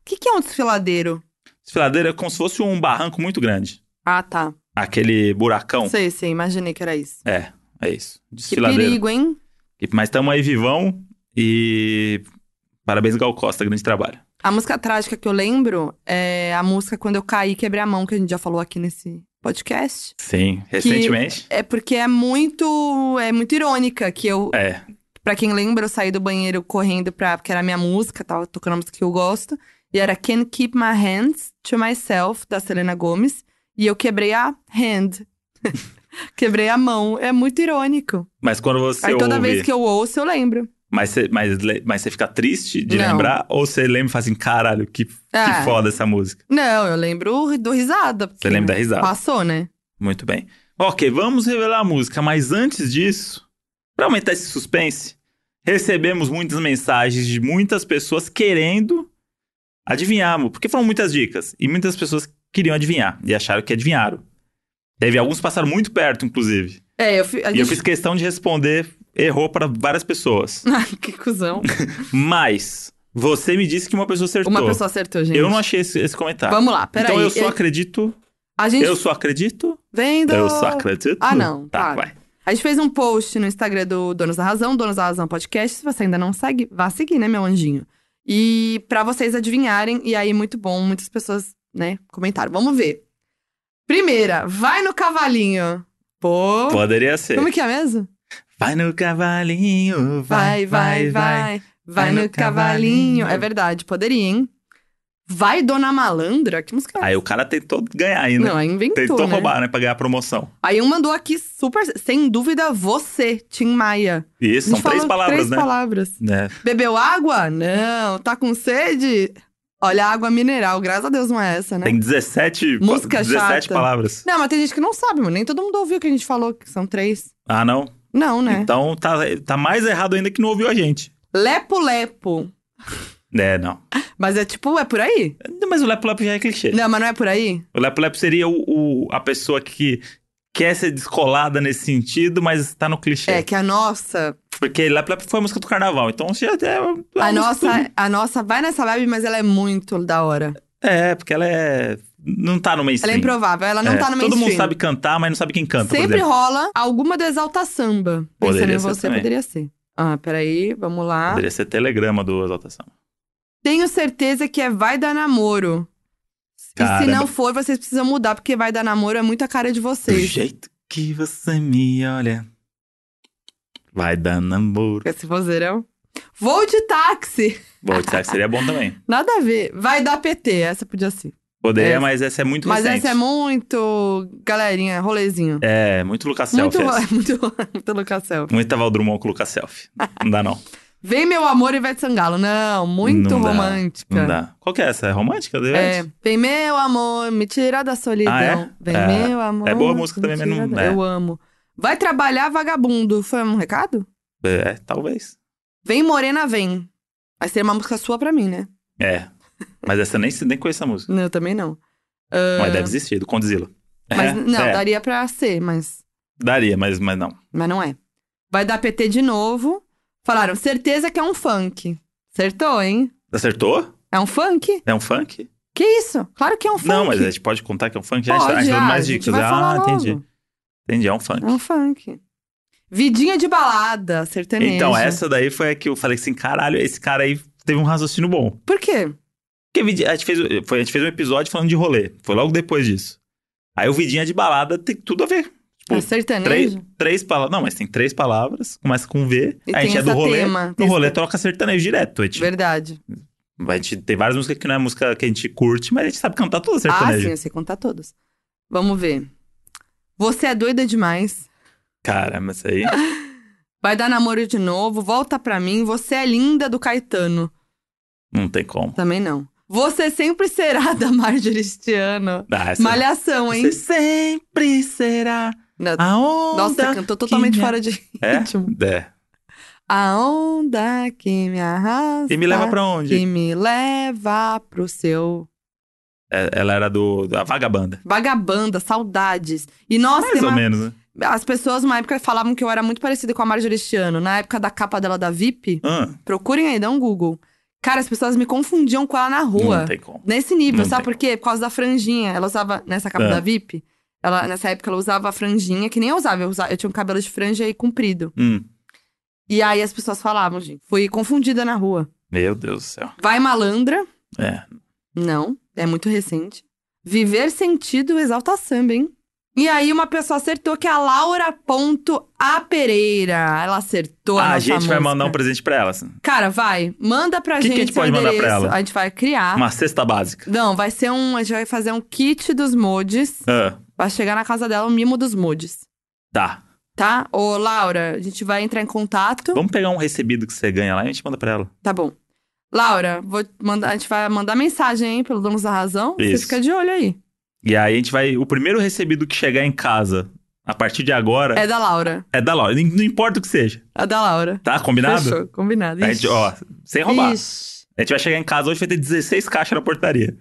B: O que, que é um desfiladeiro?
A: Desfiladeiro é como se fosse um barranco muito grande.
B: Ah, tá.
A: Então. Aquele buracão.
B: Sei, sei. Imaginei que era isso.
A: É, é isso.
B: Que
A: Desfiladeiro.
B: perigo, hein?
A: E- Mas estamos aí vivão e. Parabéns, Gal Costa, grande trabalho.
B: A música trágica que eu lembro é a música Quando Eu Caí, Quebrei a Mão, que a gente já falou aqui nesse podcast.
A: Sim, recentemente.
B: É porque é muito. É muito irônica que eu.
A: É,
B: Pra quem lembra, eu saí do banheiro correndo pra. Porque era a minha música, tava tocando a música que eu gosto. E era Can't Keep My Hands to Myself, da Selena Gomes. E eu quebrei a hand. (laughs) quebrei a mão. É muito irônico.
A: mas quando você
B: Aí toda
A: ouve,
B: vez que eu ouço, eu lembro.
A: mas, você, mas, le- mas você fica triste de
B: Não.
A: lembrar, ou você lembra e fala assim, caralho, que, que
B: Ah,
A: foda essa música.
B: Não, eu lembro do risada.
A: Você lembra da risada.
B: Passou, né?
A: Muito bem. Ok, vamos revelar a música, mas antes disso, para aumentar esse suspense, recebemos muitas mensagens de muitas pessoas querendo adivinhar, mo- porque foram muitas dicas e muitas pessoas queriam adivinhar e acharam que adivinharam. Teve alguns que passaram muito perto, inclusive.
B: É, eu, fi- a
A: E eu
B: gente-
A: fiz questão de responder, errou para várias
B: (laughs)
A: pessoas.
B: Ai, que cuzão.
A: Mas você me disse que uma pessoa acertou.
B: Uma pessoa acertou, gente.
A: Eu não achei esse, esse comentário.
B: Vamos lá, peraí.
A: então eu só
B: Eu-
A: acredito.
B: A gente.
A: Eu só acredito.
B: Vendo.
A: Eu só acredito.
B: Ah, não,
A: Tá,
B: para.
A: vai.
B: A gente fez um post no Instagram do Donos da Razão, Donos da Razão Podcast. Se você ainda não segue, vá seguir, né, meu anjinho? E pra vocês adivinharem, e aí, muito bom, muitas pessoas, né, comentaram. Vamos ver. Primeira, vai no cavalinho. Pô.
A: Poderia ser.
B: Como que é mesmo?
A: Vai no cavalinho,
B: Vai, vai, vai. Vai,
A: Vai
B: no,
A: no
B: cavalinho.
A: cavalinho.
B: É verdade, poderia, hein? Vai, Dona Malandra? Que música é
A: Aí o cara tentou ganhar ainda.
B: Não, aí inventou,
A: tentou
B: né?
A: roubar, né? Pra ganhar a promoção.
B: Aí um mandou aqui super, sem dúvida, você, Tim Maia.
A: E isso, são
B: A gente
A: três
B: falou
A: palavras,
B: três
A: né?
B: palavras.
A: né?
B: Bebeu água? Não. Tá com sede? Olha, água mineral. Graças a Deus não é essa, né?
A: Tem 17,
B: Música
A: 17
B: chata.
A: palavras.
B: Não, mas tem gente que não sabe, mano. Nem todo mundo ouviu o que a gente falou, que são três.
A: Ah, não?
B: Não, né?
A: Então tá, tá mais errado ainda que não ouviu a gente.
B: Lepo-lepo.
A: É, não.
B: Mas é tipo, é por aí?
A: Mas o Lepo Lepo já é clichê.
B: Não, mas não é por aí?
A: O Lepo Lepo seria o, o- a pessoa que quer ser descolada nesse sentido, mas tá no clichê.
B: É, que a nossa.
A: Porque Lepo Lepo foi a música do carnaval, então já é. uma
B: A
A: música
B: nossa, a nossa vai nessa vibe, mas ela é muito da hora.
A: É, porque ela é. Não tá no
B: Ela é
A: mainstream.
B: improvável, ela não
A: É,
B: tá no mainstream.
A: Todo mundo sabe cantar, mas não sabe quem canta. por
B: Sempre
A: exemplo.
B: rola alguma do Exalta Samba. Pensando
A: Poderia
B: em
A: ser
B: você,
A: também.
B: poderia ser. Ah, peraí, vamos lá.
A: Poderia ser telegrama do Exaltação.
B: Tenho certeza que é Vai Dar Namoro. E se
A: Caramba.
B: não for, vocês precisam mudar, porque Vai Dar Namoro é muito a cara de
A: Do
B: vocês.
A: jeito que você me olha. Vai dar namoro.
B: Esse vozeirão. Vou de táxi.
A: Bom, isso aí seria bom também.
B: Nada a ver. Vai dar PT, essa podia ser.
A: Poderia,
B: É.
A: mas essa é muito
B: Mas
A: recente.
B: essa é muito galerinha, rolezinho.
A: É, muito Lucas
B: muito,
A: Selfie. essa.
B: (laughs) muito, muito Lucas Selfie.
A: Muito Val Drummond com o Lucas Selfie. Não dá, não.
B: Vem meu amor e Ivete Sangalo. Não, muito
A: Não dá,
B: romântica.
A: Não dá. Qual que é essa? É romântica? do
B: Tá. É,
A: Ivete?
B: vem meu amor, me tira da solidão.
A: Ah, é?
B: Vem
A: É.
B: meu amor.
A: É boa música
B: me
A: também, mas
B: tira
A: não-
B: da-
A: é.
B: Eu amo. Vai trabalhar vagabundo. Foi um recado?
A: É, talvez.
B: Vem Morena, vem. Vai ser uma música sua pra mim, né?
A: É. Mas essa eu nem, nem conheço essa música.
B: Não, Eu também não.
A: Mas deve existir, do Condzilla.
B: Ah. Mas
A: É,
B: não,
A: é.
B: daria pra ser, mas,
A: daria, mas, mas não.
B: mas não é. Vai dar PT de novo. Falaram, certeza que é um funk. Acertou, hein?
A: Acertou?
B: É um funk?
A: É um funk?
B: Que isso? Claro que é um funk.
A: Não, mas a gente pode contar que é um funk. Já
B: Pode,
A: a gente dando
B: ah,
A: mais
B: a gente
A: dicas.
B: vai falar
A: Ah,
B: logo.
A: entendi. Entendi, é um funk.
B: É um funk. Vidinha de balada, sertaneja.
A: Então, essa daí foi a que eu falei assim: caralho, esse cara aí teve um raciocínio bom.
B: Por quê?
A: Porque Vidi- a gente, fez, foi- a gente fez um episódio falando de rolê. Foi logo depois disso. Aí o Vidinha de balada tem tudo a ver. Tipo,
B: É
A: Três,
B: sertanejo?
A: três palavras. Não, mas tem três palavras, começa com V.
B: E
A: a
B: tem
A: gente é
B: essa
A: do rolê.
B: tema.
A: No
B: tem
A: rolê
B: esse-
A: toca sertanejo direto. A gente,
B: Verdade.
A: a gente tem várias músicas que não é música que a gente curte, mas a gente sabe cantar toda
B: Ah, sim,
A: sertanejo.
B: eu sei contar todos. Vamos ver. Você é doida demais.
A: Cara, mas
B: (laughs)
A: aí.
B: Vai dar namoro de novo. Volta pra mim. Você é linda do Caetano.
A: Não tem como.
B: Também não. Você sempre será (laughs) da Marjorie Stiano.
A: Ah, essa-
B: Malhação, hein?
A: Você sempre será
B: Não,
A: a onda.
B: Nossa, cantou totalmente
A: me-
B: fora de
A: É?
B: ritmo.
A: É.
B: A onda que me arrasta.
A: E me leva pra onde?
B: Que me leva pro seu.
A: É, Ela era do da Vagabanda.
B: Vagabanda, saudades. E nossa,
A: Mais
B: tem
A: ou
B: uma
A: menos, né?
B: As pessoas, na época, falavam que eu era muito parecida com a Marjorie Stiano. Na época da capa dela da VIP,
A: Ah,
B: procurem aí, dá um Google. Cara, as pessoas me confundiam com ela na rua.
A: não tem como.
B: Nesse nível,
A: Não
B: sabe
A: tem.
B: por quê? Por causa da franjinha. Ela usava, nessa capa
A: Ah.
B: da VIP, ela, nessa época ela usava a franjinha, que nem eu usava. Eu, usava, eu tinha um cabelo de franja e comprido.
A: Hum,
B: E aí as pessoas falavam, gente, fui confundida na rua.
A: meu Deus do céu.
B: Vai malandra?
A: É.
B: Não, é muito recente. Viver sentido exalta samba, hein? E aí uma pessoa acertou que é a Laura ponto A Pereira. Ela acertou a
A: Ah, a
B: nossa
A: gente vai
B: música.
A: mandar um presente pra ela. assim.
B: Cara, vai, manda pra
A: Que que
B: gente
A: a gente
B: seu
A: pode mandar pra
B: endereço.
A: ela?
B: A gente vai criar.
A: Uma cesta básica.
B: Não, vai ser um, a gente vai fazer um kit dos modes.
A: Ah,
B: Vai chegar na casa dela o mimo dos modes,
A: tá.
B: tá? Ô, Laura, a gente vai entrar em contato.
A: Vamos pegar um recebido que você ganha lá e a gente manda pra ela.
B: Tá bom. Laura, vou mandar, a gente vai mandar mensagem, hein, pelo Donos da Razão. Você
A: Isso.
B: fica de olho aí.
A: E aí a gente vai. O primeiro recebido que chegar em casa, a partir de agora,
B: É da Laura.
A: é, da Laura. Não importa o que seja.
B: A da Laura.
A: Tá? Combinado?
B: Fechou, combinado.
A: A gente, ó, sem roubar.
B: Ixi.
A: A gente vai chegar em casa hoje vai ter 16 caixas na portaria.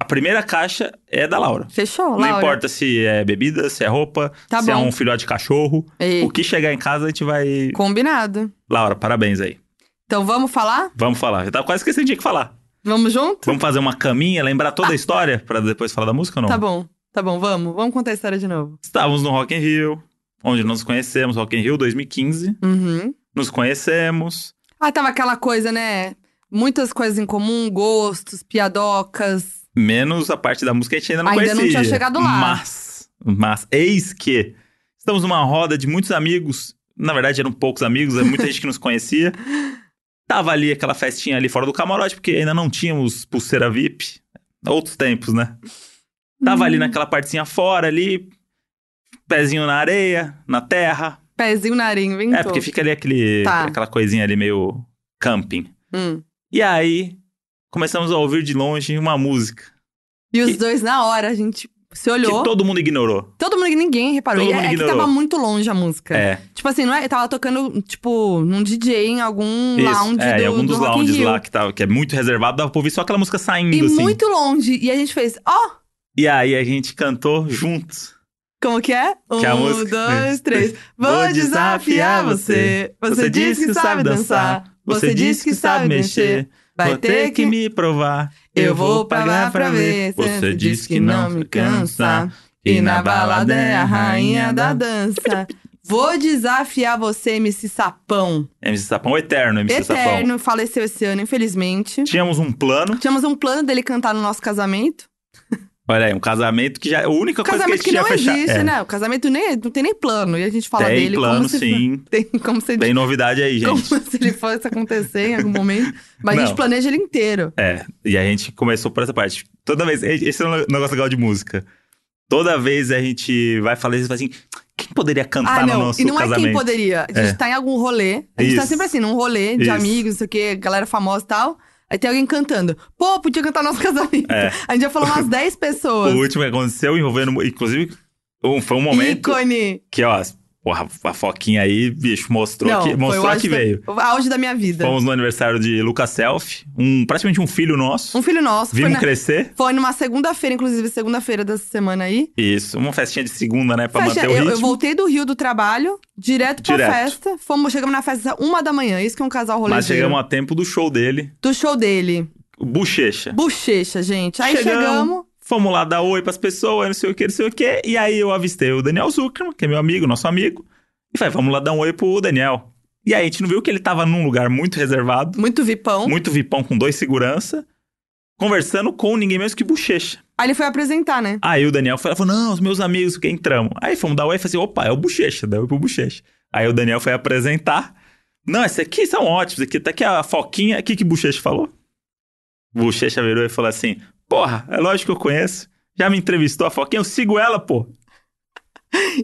A: A primeira caixa é da Laura.
B: Fechou, Laura.
A: Não importa se é bebida, se é roupa,
B: Tá
A: se é
B: bom.
A: um filhote de cachorro.
B: Ei,
A: O que chegar em casa a gente vai.
B: Combinado.
A: Laura, parabéns aí.
B: Então vamos falar?
A: Vamos falar. Eu tava quase esquecendo de que falar.
B: Vamos junto?
A: Vamos fazer uma caminha, lembrar toda a história pra depois falar da música ou não?
B: Tá bom, tá bom, vamos. Vamos contar a história de novo.
A: Estávamos no Rock in Rio, onde nos conhecemos, Rock in Rio 2015.
B: Uhum.
A: Nos conhecemos.
B: Ah, tava aquela coisa, né? Muitas coisas em comum, gostos, piadocas.
A: Menos a parte da música que a gente ainda não
B: Ainda não
A: conhecia.
B: tinha chegado lá.
A: Mas, mas, eis que estamos numa roda de muitos amigos. Na verdade, eram poucos amigos, era
B: (laughs)
A: muita gente que nos conhecia. Tava ali aquela festinha ali fora do camarote, porque ainda não tínhamos pulseira VIP. Outros tempos, né? Tava
B: Uhum.
A: ali naquela partezinha fora ali, pezinho na areia, na terra.
B: Pezinho na areia, inventou.
A: É, porque fica ali aquele,
B: Tá.
A: aquela coisinha ali meio camping.
B: Hum.
A: E aí, começamos a ouvir de longe uma música
B: E os
A: Que-
B: dois, na hora, a gente se olhou.
A: que todo mundo ignorou.
B: Todo mundo, ninguém reparou.
A: Todo
B: E é,
A: mundo
B: é que
A: ignorou.
B: tava muito longe a música.
A: É.
B: Tipo assim, não é? Tava tocando, tipo, num DJ em algum Um lounge
A: é,
B: do,
A: em algum
B: do
A: dos
B: Rock in
A: lounges
B: Rio.
A: lá que, tá, que é muito reservado, dava pra ouvir só aquela música saindo,
B: E
A: assim.
B: muito longe. E a gente fez, ó,
A: E aí a gente cantou juntos.
B: como que é? Um,
A: Que é a música.
B: dois,
A: (laughs)
B: três. Vou desafiar você. Você diz que sabe dançar. Você diz que sabe mexer. Vai ter que me.
A: provar.
B: Eu vou pagar pra ver.
A: Você disse que não me cansa.
B: E na balada é a rainha da dança. Vou desafiar você, MC Sapão.
A: MC Sapão eterno, MC Sapão.
B: Eterno, faleceu esse ano, infelizmente.
A: Tínhamos um plano.
B: Tínhamos um plano dele cantar no nosso casamento.
A: Olha aí, um casamento que já. A única
B: O casamento
A: coisa
B: que,
A: que a
B: não
A: gente tinha fechado.
B: existe,
A: É.
B: né? O casamento nem, não tem nem plano. E a gente fala
A: Tem
B: dele
A: plano,
B: como se
A: sim.
B: (laughs) tem como se,
A: Tem novidade aí,
B: como (laughs)
A: gente.
B: se ele fosse acontecer em algum momento. Mas a
A: Não.
B: gente planeja ele inteiro.
A: É, e a gente começou por essa parte. Toda vez. Esse é um negócio legal de música. Toda vez a gente vai falar isso e fala assim: quem poderia cantar
B: ah,
A: tá no
B: não.
A: nosso
B: E não é
A: casamento?
B: quem poderia. A gente
A: É.
B: tá em algum rolê. A gente tá
A: Isso.
B: sempre assim, num rolê de
A: Isso.
B: amigos, não sei o quê, galera famosa e tal. Aí tem alguém cantando. Pô, podia cantar nosso (laughs) casamento.
A: É.
B: A gente já falou umas 10 pessoas.
A: O último que aconteceu envolvendo. Inclusive, um- foi um momento
B: Ícone.
A: que, ó, porra, a Foquinha aí, bicho, mostrou
B: Não,
A: que,
B: foi o
A: mostrou
B: auge
A: que
B: da-
A: veio.
B: O auge da minha vida.
A: Fomos no aniversário de Lucas Self, um, praticamente um filho nosso.
B: Um filho nosso. Foi,
A: Vimos
B: na-
A: crescer.
B: foi numa segunda-feira, inclusive, segunda-feira dessa semana aí.
A: Isso, uma festinha de segunda, né? Pra
B: Festa-
A: manter o
B: eu,
A: ritmo.
B: eu voltei do Rio do trabalho, direto pra
A: Direto.
B: festa. Fomos, chegamos na festa uma da manhã. Isso que é um casal roleiro.
A: Mas chegamos a tempo do show dele,
B: Do show dele.
A: Bochecha.
B: Bochecha, gente. Aí
A: Chegamos.
B: chegamos.
A: Fomos lá dar oi pras pessoas, não sei o que, não sei o que. E aí eu avistei o Daniel Zuckerman, que é meu amigo, nosso amigo. E falei, vamos lá dar um oi pro Daniel. E aí a gente não viu que ele tava num lugar muito reservado,
B: Muito vipão.
A: muito vipão com dois segurança, conversando com ninguém menos que Bochecha.
B: Aí ele foi apresentar, né?
A: Aí o Daniel foi lá e falou: não, os meus amigos que entramos. Aí fomos dar oi e falei assim: opa, é o Bochecha, dá oi pro Bochecha. Aí o Daniel foi apresentar. Não, esses aqui são ótimos, aqui até que a Foquinha. O que que Bochecha falou? Bochecha virou e falou assim: porra, é lógico que eu conheço. Já me entrevistou a Foquinha, eu sigo ela, pô.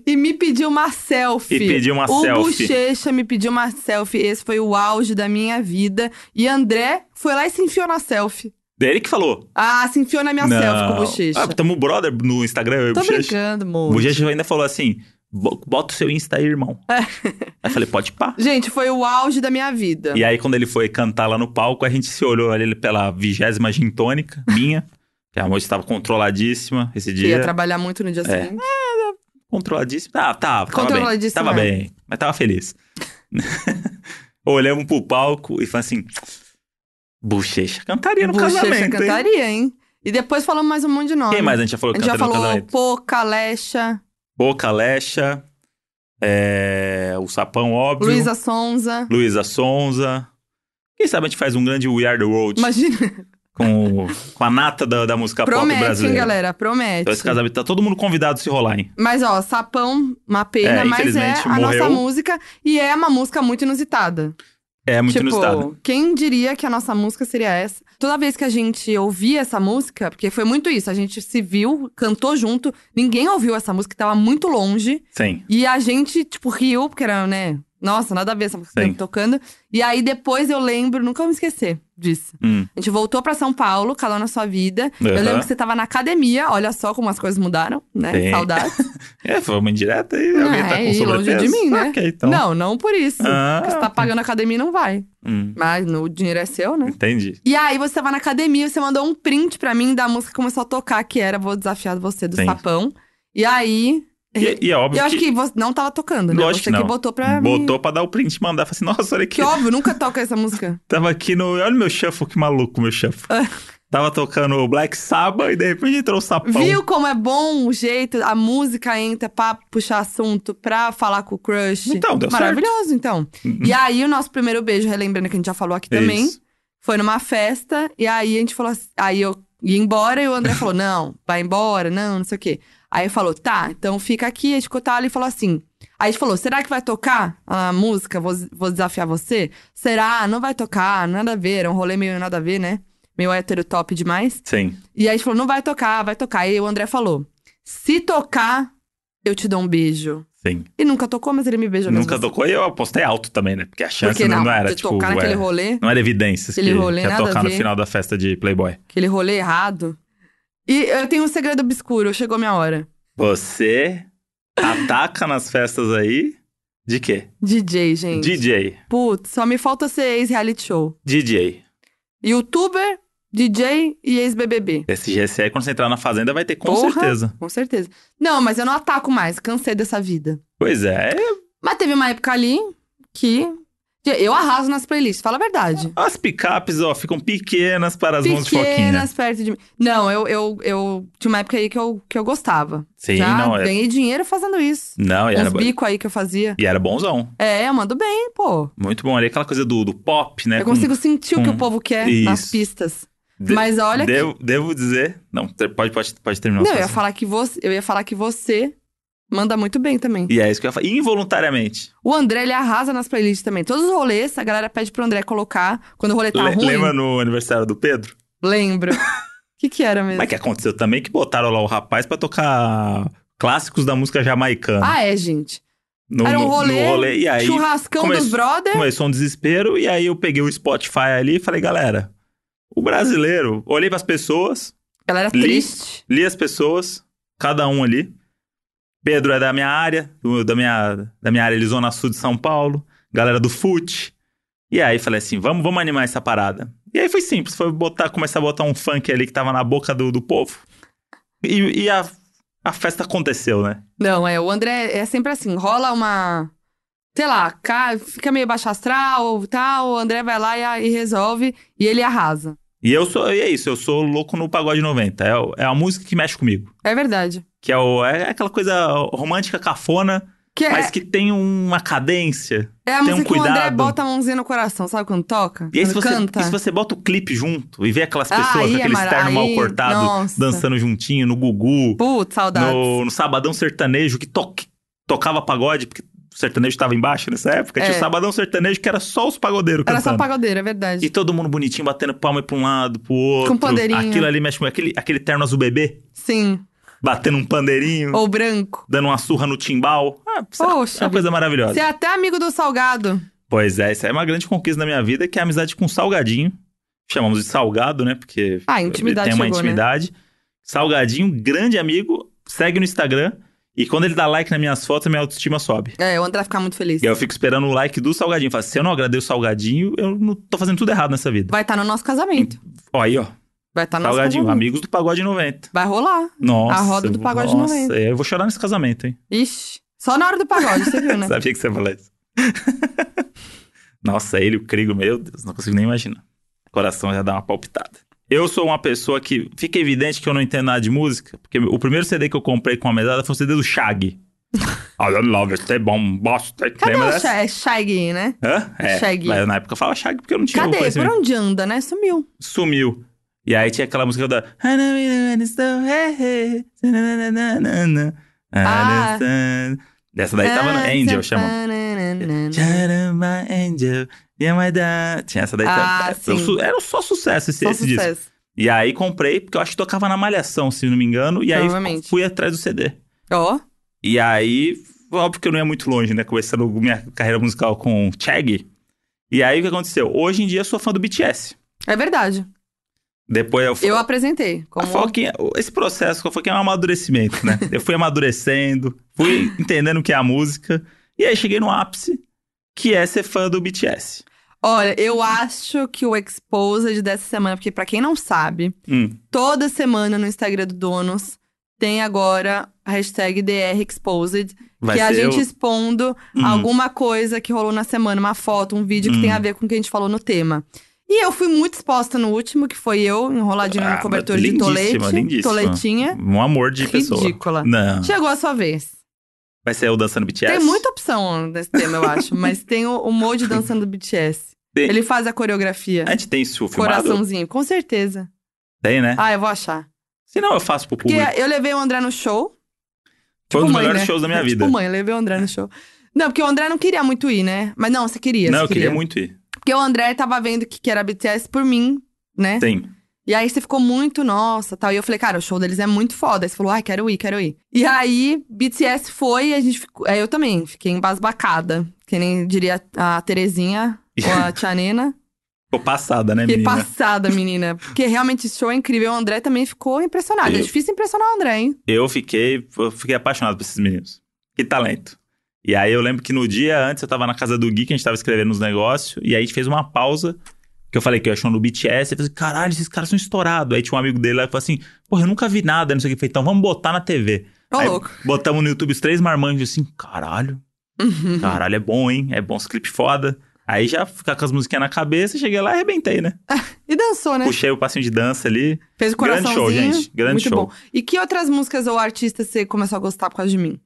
B: E me pediu uma selfie.
A: E pediu uma
B: o
A: selfie.
B: Bochecha me pediu uma selfie. Esse foi o auge da minha vida. E André foi lá e se enfiou na selfie.
A: Daí ele que falou.
B: Ah, se enfiou na minha
A: não.
B: selfie com o Bochecha.
A: Ah, tamo brother no Instagram, eu e o
B: Tô
A: Bochecha.
B: brincando,
A: O
B: amor.
A: Bochecha ainda falou assim: "Bo- bota o seu Insta aí, irmão.
B: É.
A: aí eu falei: pode pá.
B: Gente, foi o auge da minha vida.
A: E aí, quando ele foi cantar lá no palco, a gente se olhou ali pela vigésima gintônica, minha. que a noite estava controladíssima esse
B: Que ia
A: dia. É.
B: trabalhar muito no dia seguinte.
A: Controladíssima. Ah, tá, tava bem.
B: Controladíssima.
A: Tava bem, mas tava feliz. (laughs) Olhamos pro palco e falamos assim... Bochecha cantaria no
B: Bochecha
A: casamento, hein?
B: cantaria, hein? E depois falamos mais um monte de nome.
A: Quem mais a gente já falou
B: A
A: que
B: gente já
A: cantaria no
B: falou
A: casamento?
B: Poca, Lecha,
A: Boca, Lecha, é, o Sapão, óbvio.
B: Luísa Sonza.
A: Luísa Sonza. Quem sabe a gente faz um grande We Are The World
B: Imagina,
A: com, com a nata da, da música pop
B: promete, hein,
A: brasileira.
B: galera? Promete.
A: Então esse casamento tá todo mundo convidado a se rolar, hein?
B: Mas ó, Sapão, uma pena,
A: É,
B: mas é
A: infelizmente,
B: a nossa
A: morreu.
B: música. E é uma música muito inusitada.
A: É muito
B: tipo,
A: inusitado.
B: quem diria que a nossa música seria essa? Toda vez que a gente ouvia essa música, porque foi muito isso, a gente se viu, cantou junto, ninguém ouviu essa música, que tava muito longe.
A: Sim.
B: E a gente, tipo, riu, porque era, né? Nossa, nada a ver essa música
A: Sim.
B: que tá tocando. E aí depois eu lembro, nunca vou me esquecer disso.
A: Hum.
B: A gente voltou pra São Paulo, cada um na sua vida. Eu
A: Aham.
B: lembro que você tava na academia, olha só como as coisas mudaram, né?
A: Sim.
B: Saudades.
A: É, foi uma indireta e
B: Não,
A: alguém tá
B: é,
A: com
B: e longe
A: sobrepeso.
B: de mim, né?
A: Ok, então.
B: Não, não por isso.
A: Ah,
B: Porque você tá pagando a academia e não vai.
A: hum,
B: Mas no- o dinheiro é seu, né?
A: entendi.
B: E aí você tava na academia, você mandou um print pra mim da música que começou a tocar, que era Vou Desafiar Você, do
A: Sim.
B: Sapão. E aí,
A: E, e é óbvio
B: eu acho que você não tava tocando, né?
A: Lógico
B: você
A: que
B: que
A: não.
B: botou pra mim.
A: botou pra dar o print e mandar. Falei assim, nossa, olha aqui.
B: Que óbvio, nunca toca essa música.
A: Tava aqui no... Olha o meu shuffle, que maluco meu shuffle.
B: Ah.
A: Tava tocando o Black Sabbath e de repente entrou o sapão.
B: Viu como é bom o jeito, a música entra pra puxar assunto, pra falar com o crush.
A: Então, deu Uhum.
B: Maravilhoso, então. E aí, o nosso primeiro beijo, relembrando que a gente já falou aqui também,
A: Isso.
B: foi numa festa, e aí a gente falou assim, aí eu ia embora, e o André falou, não, vai embora, não, não sei o quê. Aí falou, tá, então fica aqui, a gente ficou tá ali e falou assim, aí a gente falou, será que vai tocar a música, vou, vou desafiar você? Será? Não vai tocar, nada a ver, era um rolê meio nada a ver, né? Meio hétero top demais.
A: Sim.
B: E aí a gente falou, não vai tocar, vai tocar. E o André falou, se tocar, eu te dou um beijo.
A: Sim.
B: E nunca tocou, mas ele me beijou mesmo
A: Nunca
B: assim.
A: tocou e eu apostei alto também, né? Porque a chance
B: Porque
A: não,
B: não,
A: não era,
B: de
A: tipo...
B: tocar naquele
A: é,
B: rolê,
A: Não era evidências
B: Aquele
A: que
B: rolê,
A: que ia
B: nada a
A: tocar no
B: ver.
A: final da festa de Playboy.
B: aquele rolê errado. E eu tenho um segredo obscuro, chegou minha hora.
A: Você ataca nas festas aí de quê?
B: DJ, gente.
A: DJ.
B: Putz, só me falta ser ex-reality show.
A: DJ.
B: Youtuber, DJ e ex-BBB.
A: Esse GSE, quando você entrar na fazenda, vai ter com
B: Porra.
A: certeza.
B: Com certeza. Não, mas eu não ataco mais, cansei dessa vida.
A: Pois é.
B: Mas teve uma época ali que Eu arraso nas playlists, fala a verdade.
A: As picapes, ó, ficam pequenas para as mãos um de foquinha.
B: Pequenas perto de mim. Não, eu, eu, eu tinha uma época aí que eu, que eu gostava.
A: Sim,
B: Já
A: não, é-
B: ganhei dinheiro fazendo isso.
A: Não, e era,
B: Uns
A: bo-
B: bico aí que eu fazia.
A: e era bonzão.
B: É, eu mando bem, pô.
A: Muito bom. Ali aquela coisa do, do pop, né?
B: eu
A: com-
B: consigo sentir o que
A: com-
B: o povo quer nas
A: Isso.
B: pistas.
A: de-
B: Mas olha que.
A: devo, devo dizer. Não, te- pode, pode, pode terminar.
B: Não,
A: só
B: eu ia
A: assim.
B: falar que você, eu ia falar que você manda muito bem também.
A: E é isso que eu ia falar. Involuntariamente.
B: O André, ele arrasa nas playlists também. Todos os rolês, a galera pede pro André colocar. Quando o rolê tá
A: Le-
B: ruim,
A: lembra no aniversário do Pedro? (laughs)
B: lembro. O que que era mesmo?
A: Mas é que aconteceu também que botaram lá o rapaz pra tocar clássicos da música jamaicana.
B: Ah, é, gente.
A: no,
B: era um
A: no- no
B: rolê,
A: rolê. E aí
B: Churrascão
A: começou-
B: dos brother.
A: começou um desespero. E aí eu peguei o Spotify ali e falei, galera, o brasileiro. Olhei pras pessoas,
B: Galera
A: Li-
B: triste.
A: li as pessoas, cada um ali. Pedro é da minha área, do- da minha, da minha área ali, Zona Sul de São Paulo. Galera do FUT. E aí falei assim, vamos, vamos animar essa parada. E aí foi simples, foi botar, começar a botar um funk ali que tava na boca do, do povo. E, e a, a festa aconteceu, né?
B: Não, é, o André é sempre assim, rola uma... Sei lá, ca- fica meio baixo astral, tal, o André vai lá e, e resolve, e ele arrasa.
A: E eu sou, e é isso, eu sou louco no pagode 90. É, o- é a música que mexe comigo.
B: É verdade.
A: Que é, o, é aquela coisa romântica cafona,
B: Que é,
A: mas que tem uma cadência.
B: é a
A: tem um
B: música que o André
A: cuidado.
B: bota a mãozinha no coração, sabe quando toca?
A: E aí, se
B: quando
A: você,
B: canta?
A: e se você bota o clipe junto e vê aquelas
B: Ah,
A: pessoas
B: aí
A: com
B: é
A: aquele
B: mara-
A: externo mal
B: aí,
A: cortado,
B: nossa.
A: dançando juntinho no Gugu,
B: Putz, saudades.
A: no, no Sabadão Sertanejo, que toque- tocava pagode, porque o sertanejo estava embaixo nessa época.
B: É.
A: Tinha o Sabadão Sertanejo que era só os pagodeiros
B: Era só
A: cantando.
B: pagodeira, é verdade.
A: E todo mundo bonitinho, batendo palma pra um lado, pro outro.
B: Com pandeirinho.
A: Aquilo ali mexe com aquele, aquele terno azul bebê,
B: Sim.
A: batendo um pandeirinho,
B: Ou branco.
A: dando uma surra no timbal. Ah, isso é- é
B: Poxa
A: uma coisa maravilhosa.
B: Você é até amigo do Salgado.
A: Pois é, isso aí é uma grande conquista da minha vida, que é a amizade com o Salgadinho. Chamamos de Salgado, né? Porque
B: Ah, a intimidade
A: tem uma
B: chegou, né?
A: intimidade. Salgadinho, grande amigo, segue no Instagram. E quando ele dá like nas minhas fotos, a minha autoestima sobe.
B: É, o André fica muito feliz.
A: E eu fico esperando o like do Salgadinho. Falo, se eu não agradeço o Salgadinho, eu não tô fazendo tudo errado nessa vida.
B: Vai estar no nosso casamento.
A: Ó, aí, ó.
B: Vai estar no nosso
A: Salgadinho,
B: casamento.
A: amigos do Pagode 90.
B: Vai rolar.
A: Nossa.
B: tá A roda do
A: eu vou-
B: Pagode
A: nossa, é,
B: 90.
A: Eu vou chorar nesse casamento, hein?
B: Ixi. Só na hora do pagode,
A: (laughs)
B: você viu, né?
A: Sabia que você ia falar isso. Nossa, ele, o Crigo, meu Deus, não consigo nem imaginar. O coração já dá uma palpitada. Eu sou uma pessoa que fica evidente que eu não entendo nada de música, porque o primeiro CD que eu comprei com a mesada foi o CD do
B: (laughs)
A: Shag. I don't love it, é bom, bosta.
B: Cadê
A: lembra
B: o
A: dessa?
B: Sha- é Shaggy, né?
A: Hã? É,
B: Shaggy?
A: mas eu, na época eu falava Shag porque eu não tinha um
B: Cadê?
A: conhecimento.
B: Por onde anda, né? Sumiu.
A: Sumiu. E aí tinha aquela música da... I don't really understand, hey, hey, na-na-na-na-na-na, I
B: Ah.
A: understand. Essa daí tava no
B: tá,
A: Angel, chama.
B: né, Uhum.
A: Shadow my angel, yeah my da... Tinha essa daí
B: Ah,
A: também. Era um
B: sim.
A: su- Era só sucesso esse,
B: Só
A: esse disco.
B: sucesso.
A: E aí comprei, porque eu acho que tocava na Malhação, se não me engano. E aí
B: Provavelmente.
A: fui atrás do CD.
B: Ó,
A: E aí, óbvio que eu não ia muito longe, né? Começando minha carreira musical com Chag. E aí o que aconteceu? Hoje em dia eu sou fã do BTS.
B: é verdade.
A: Depois eu fui.
B: Eu apresentei. Como...
A: A Foquinha, esse processo com a Foquinha é um amadurecimento, né? eu fui amadurecendo, fui entendendo o que é a música. E aí cheguei no ápice, que é ser fã do BTS.
B: Olha, eu acho que o Exposed dessa semana, porque pra quem não sabe,
A: Hum.
B: toda semana no Instagram do Donos tem agora a hashtag DR Exposed,
A: Vai
B: que é a
A: ser
B: gente
A: o-
B: expondo
A: Hum.
B: alguma coisa que rolou na semana, uma foto, um vídeo que
A: Hum.
B: tem a ver com o que a gente falou no tema. E eu fui muito exposta no último, que foi eu, enroladinha
A: Ah,
B: no cobertor de
A: lindíssima,
B: tolete,
A: lindíssima.
B: toletinha.
A: Um amor de pessoa.
B: Ridícula.
A: Não.
B: Chegou a sua vez.
A: Vai ser o dançando BTS?
B: Tem muita opção nesse tema, eu acho. mas tem o,
A: (laughs)
B: o Moji dançando BTS.
A: Tem.
B: Ele faz a coreografia.
A: A gente tem isso filmado?
B: Coraçãozinho, com certeza.
A: Tem, né?
B: Ah, eu vou achar.
A: Se não, eu faço pro
B: Porque
A: público.
B: eu levei o André no show.
A: Foi um
B: tipo
A: dos
B: mãe,
A: melhores
B: né?
A: shows da minha
B: tipo
A: vida.
B: mãe, eu levei o André no show. Não, porque o André não queria muito ir, né? Mas não, você queria.
A: não,
B: você
A: eu queria muito ir.
B: Porque o André tava vendo que, que era BTS por mim, né?
A: Tem.
B: E aí você ficou muito, nossa, tal. E eu falei, cara, o show deles é muito foda. Aí você falou, ai, quero ir, quero ir. E aí, BTS foi e a gente ficou. Aí eu também fiquei embasbacada. Que nem diria a Terezinha ou
A: (laughs)
B: a Tia Nena.
A: Ficou passada, né,
B: Fiquei
A: menina?
B: passada, menina. Porque realmente esse show é incrível. O André também ficou impressionado. É
A: Eu-
B: difícil impressionar o André, hein?
A: Eu fiquei, eu fiquei apaixonado por esses meninos. Que talento. E aí eu lembro que no dia antes eu tava na casa do Gui, que a gente tava escrevendo uns negócios, e aí a gente fez uma pausa, que eu falei que eu achou no BTS, e eu falei, assim, caralho, esses caras são estourados. Aí tinha um amigo dele lá que falou assim, porra, eu nunca vi nada, não sei o que. Eu falei, então vamos botar na TV.
B: Ô,
A: Aí-
B: louco.
A: Botamos no YouTube os três marmanjos assim, caralho,
B: Uhum.
A: caralho, é bom, hein? É bom, os clipes foda. Aí já ficar com as musiquinhas na cabeça, cheguei lá e arrebentei, né?
B: E dançou, né?
A: Puxei o passinho de dança ali.
B: Fez o
A: Grande
B: coraçãozinho.
A: show, gente. Grande
B: Muito
A: show.
B: bom. E que outras músicas ou artistas você começou a gostar por causa de mim?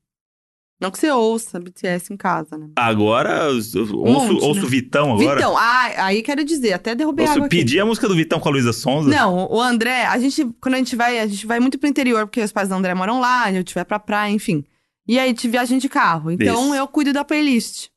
B: Não que você ouça BTS em casa, né?
A: Agora, os- ouço,
B: monte,
A: ouço
B: né?
A: Vitão agora.
B: Vitão, ah, aí quero dizer, até derrubei a água
A: ouço,
B: aqui.
A: pedi a música do Vitão com a Luísa Sonza.
B: Não, o André, a gente, quando a gente vai, a gente vai muito pro interior, porque os pais do André moram lá, eu tiver pra praia, enfim. E aí tive viagem de carro. Então
A: Isso.
B: eu cuido da playlist.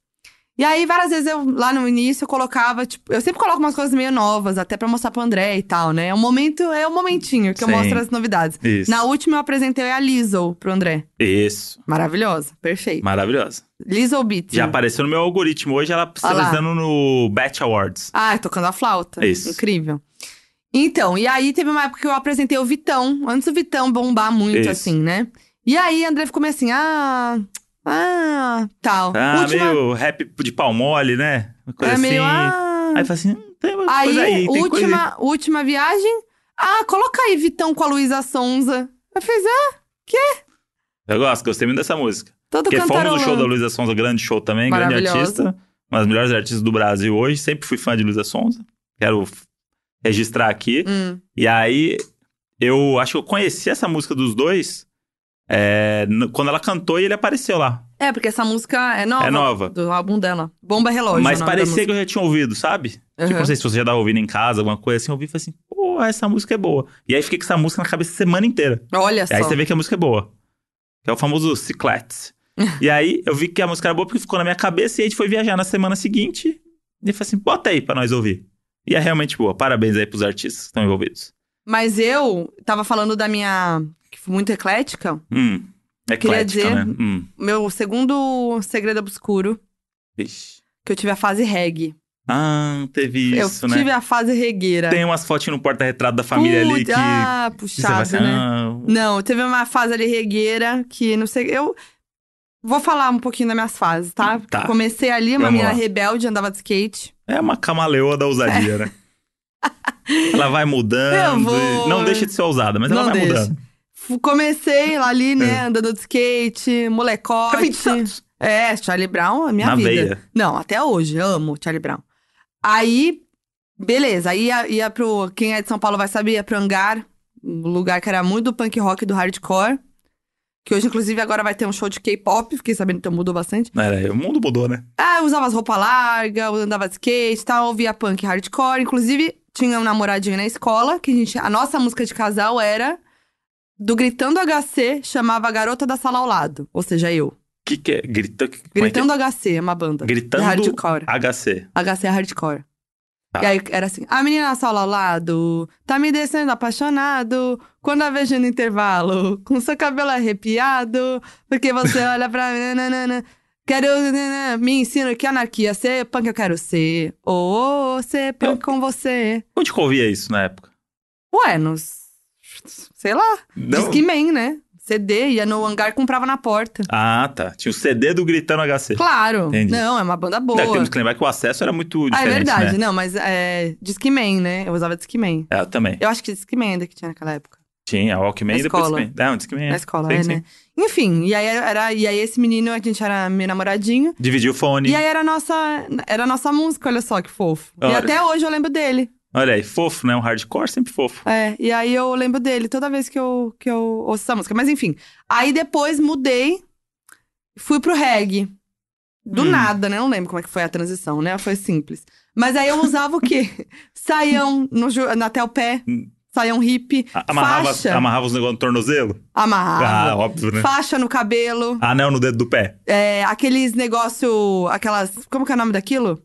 B: E aí, várias vezes eu, lá no início, eu colocava, tipo, eu sempre coloco umas coisas meio novas, até pra mostrar pro André e tal, né? É um momento, é um momentinho que eu
A: Sim.
B: mostro as novidades.
A: Isso.
B: Na última eu apresentei a Lizzo pro André.
A: Isso.
B: Maravilhosa, perfeito.
A: Maravilhosa.
B: Lizzo Beat.
A: Já apareceu no meu algoritmo hoje, ela
B: Olha lá.
A: selecionando no Batch Awards.
B: Ah, tocando a flauta.
A: Isso.
B: Incrível. Então, e aí teve uma época que eu apresentei o Vitão, antes do Vitão bombar muito,
A: Isso.
B: assim, né? E aí André ficou meio assim, ah, ah, tal.
A: Ah,
B: Última-
A: meio rap de pau mole, né? Uma coisa
B: é
A: assim.
B: meio, ah.
A: Aí eu falei assim, "Hum, tem uma
B: Aí,
A: coisa aí, tem coisa aí.
B: última, última viagem, ah, coloca aí Vitão com a Luísa Sonza. Eu fiz, ah,
A: Eu gosto, gostei muito dessa música.
B: todo
A: Porque fomos no
B: cantarolando.
A: show da Luísa Sonza, grande show também, grande
B: Maravilhosa.
A: artista. Uma das melhores artistas do Brasil hoje. Sempre fui fã de Luísa Sonza. Quero f- registrar aqui.
B: Hum,
A: E aí, eu acho que eu conheci essa música dos dois é, n- quando ela cantou e ele apareceu lá.
B: É, porque essa música é nova.
A: É nova.
B: Do álbum dela. Bomba Relógio.
A: Mas
B: é o nome da
A: parecia
B: música.
A: que eu já tinha ouvido, sabe? Tipo,
B: Aham.
A: não sei se você já tava ouvindo em casa, alguma coisa assim. Eu ouvi e falei assim, pô, essa música é boa. E aí, fiquei com essa música na cabeça a semana inteira.
B: Olha
A: E aí
B: só.
A: você vê que a música é boa. Que é o famoso
B: (laughs)
A: Cicletes. e aí eu vi que a música era boa porque ficou na minha cabeça e a gente foi viajar na semana seguinte. E eu falei assim, bota aí pra nós ouvir. E é realmente boa. Parabéns aí pros artistas que estão envolvidos.
B: Mas eu tava falando da minha. que fui muito eclética.
A: Hum.
B: Queria
A: Eclética,
B: dizer-
A: né? Hum.
B: Meu segundo segredo obscuro,
A: Vixe.
B: que eu tive a fase reggae.
A: Ah, teve isso,
B: eu
A: né?
B: tive a fase regueira.
A: Tem umas fotinhas no porta-retrato da família ali que...
B: Ah,
A: que você vai
B: puxado,
A: assim,
B: né?
A: ah,
B: Não, teve uma fase ali regueira que não sei. Eu vou falar um pouquinho das minhas fases, tá?
A: Tá.
B: Comecei ali, uma
A: Vamos
B: menina
A: lá.
B: rebelde, andava de skate.
A: É uma camaleoa da ousadia,
B: (laughs)
A: né? ela vai mudando.
B: Eu vou-
A: e- Não deixa de ser ousada, mas ela
B: Não
A: vai
B: deixa.
A: mudando.
B: F- Comecei lá ali, né?
A: É.
B: Andando de skate,
A: É 20
B: molecote.
A: anos.
B: É, Charlie Brown, a minha
A: Na
B: vida.
A: veia.
B: Não, até hoje, amo Charlie Brown. Aí, beleza, aí ia, ia pro. Quem é de São Paulo vai saber, ia pro hangar, um lugar que era muito do punk rock e do hardcore. Que hoje, inclusive, agora vai ter um show de K-pop, fiquei sabendo que então mudou bastante.
A: Era, o mundo mudou, né?
B: Ah, eu usava as roupas largas, eu andava de skate e tal, ouvia punk e hardcore. Inclusive, tinha um namoradinho na escola, que a gente. A nossa música de casal era do Gritando HC, chamava Garota da Sala ao Lado. Ou seja, eu.
A: que que é? Grita, como é que é?
B: Gritando HC, é uma banda. de
A: Gritando
B: hardcore.
A: HC.
B: HC é hardcore.
A: Tá.
B: E aí era assim, a menina na sala ao lado, tá me descendo apaixonado, quando a vejo no intervalo, com seu cabelo arrepiado,
A: (laughs)
B: porque você olha pra mim, nananana, quero, nananana, me ensina que anarquia, ser punk eu quero ser, oh, oh, ser punk com você.
A: Onde que eu ouvia isso na época?
B: Ué, nos, sei lá, Disque Man, né? CD, ia no hangar e comprava na porta.
A: Ah, tá. Tinha o CD do Gritando HC.
B: Claro,
A: Entendi.
B: não, é uma banda boa.
A: Não, temos que lembrar que o acesso era muito
B: ah, é
A: diferente,
B: verdade,
A: né?
B: não, mas é, Disque Man, né? Eu usava Disque Man.
A: É, eu também.
B: Eu acho que Discman ainda que tinha naquela época.
A: Tinha Walkman
B: Na
A: e depois
B: escola.
A: Discman. Não, Discman.
B: na escola,
A: sim,
B: é,
A: sim.
B: né? Enfim, e aí, era, e aí esse menino, a gente era meu namoradinho.
A: Dividiu o fone.
B: E aí era a nossa, era a nossa música, olha só que fofo. E
A: Olha.
B: até hoje eu lembro dele.
A: Olha aí, fofo, né? Um hardcore sempre fofo.
B: É, e aí eu lembro dele toda vez que eu, que eu ouço essa música. Mas enfim, aí depois mudei, fui pro reggae. Do
A: Hum.
B: nada, né? Eu Não lembro como é que foi a transição, né? Foi simples. Mas aí eu usava o quê? (laughs) Saião no, jo- até o pé,
A: Hum.
B: saião hippie,
A: A- Amarrava,
B: faixa,
A: amarrava os negócios no tornozelo? Ah,
B: amarrava,
A: óbvio, né?
B: faixa no cabelo.
A: Anel no dedo do pé.
B: É, aqueles negócio, aquelas, como que é o nome daquilo?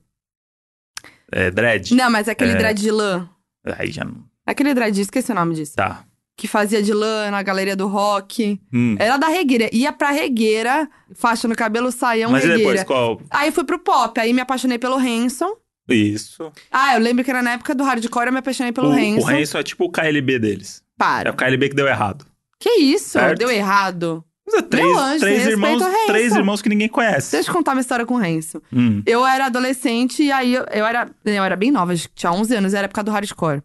A: É, dread.
B: Não, mas aquele
A: É.
B: dread de lã.
A: Aí já não.
B: Aquele dread, esqueci o nome disso.
A: Tá.
B: Que fazia de lã na galeria do rock.
A: Hum.
B: Era da regueira. Ia pra regueira, faixa no cabelo, saião,
A: Mas e
B: é um regueira.
A: depois qual?
B: Aí fui pro pop, aí me apaixonei pelo Hanson.
A: Isso.
B: Ah, eu lembro que era na época do hardcore, eu me apaixonei pelo
A: o,
B: Hanson.
A: o Hanson é tipo o KLB deles. É
B: Para.
A: o KLB que deu errado.
B: Que isso?
A: Certo.
B: Deu errado.
A: Mas é três,
B: anjo,
A: três
B: você
A: irmãos,
B: respeita o rei,
A: três
B: então.
A: irmãos que ninguém conhece.
B: Deixa eu contar uma história com o Hanson.
A: Hum.
B: Eu era adolescente e aí eu, eu era eu era bem nova, acho que tinha 11 anos, era a época do hardcore.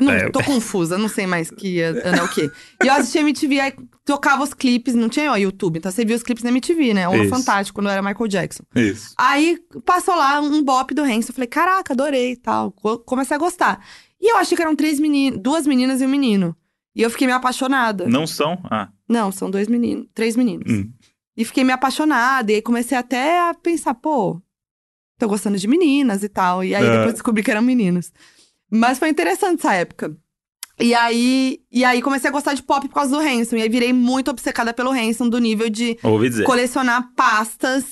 B: Não,
A: É. (laughs)
B: tô confusa, não sei mais que ia andar o quê. E eu assistia MTV, aí tocava os clipes, não tinha ó, YouTube, então você via os clipes na MTV, né? Ou no
A: Isso.
B: Fantástico, quando era Michael Jackson.
A: Isso.
B: Aí passou lá um bop do Hanson, eu falei, caraca, adorei e tal. Co- Comecei a gostar. E eu achei que eram três meninas, duas meninas e um menino. E eu fiquei meio apaixonada.
A: Não são? Ah,
B: Não, são dois meninos, três meninos.
A: Hum.
B: E fiquei meio apaixonada, e aí comecei até a pensar, pô, tô gostando de meninas e tal. E aí
A: É.
B: depois descobri que eram meninos. Mas foi interessante essa época. E aí, e aí comecei a gostar de pop por causa do Hanson. E aí virei muito obcecada pelo Hanson, do nível de
A: ouvi dizer.
B: colecionar pastas,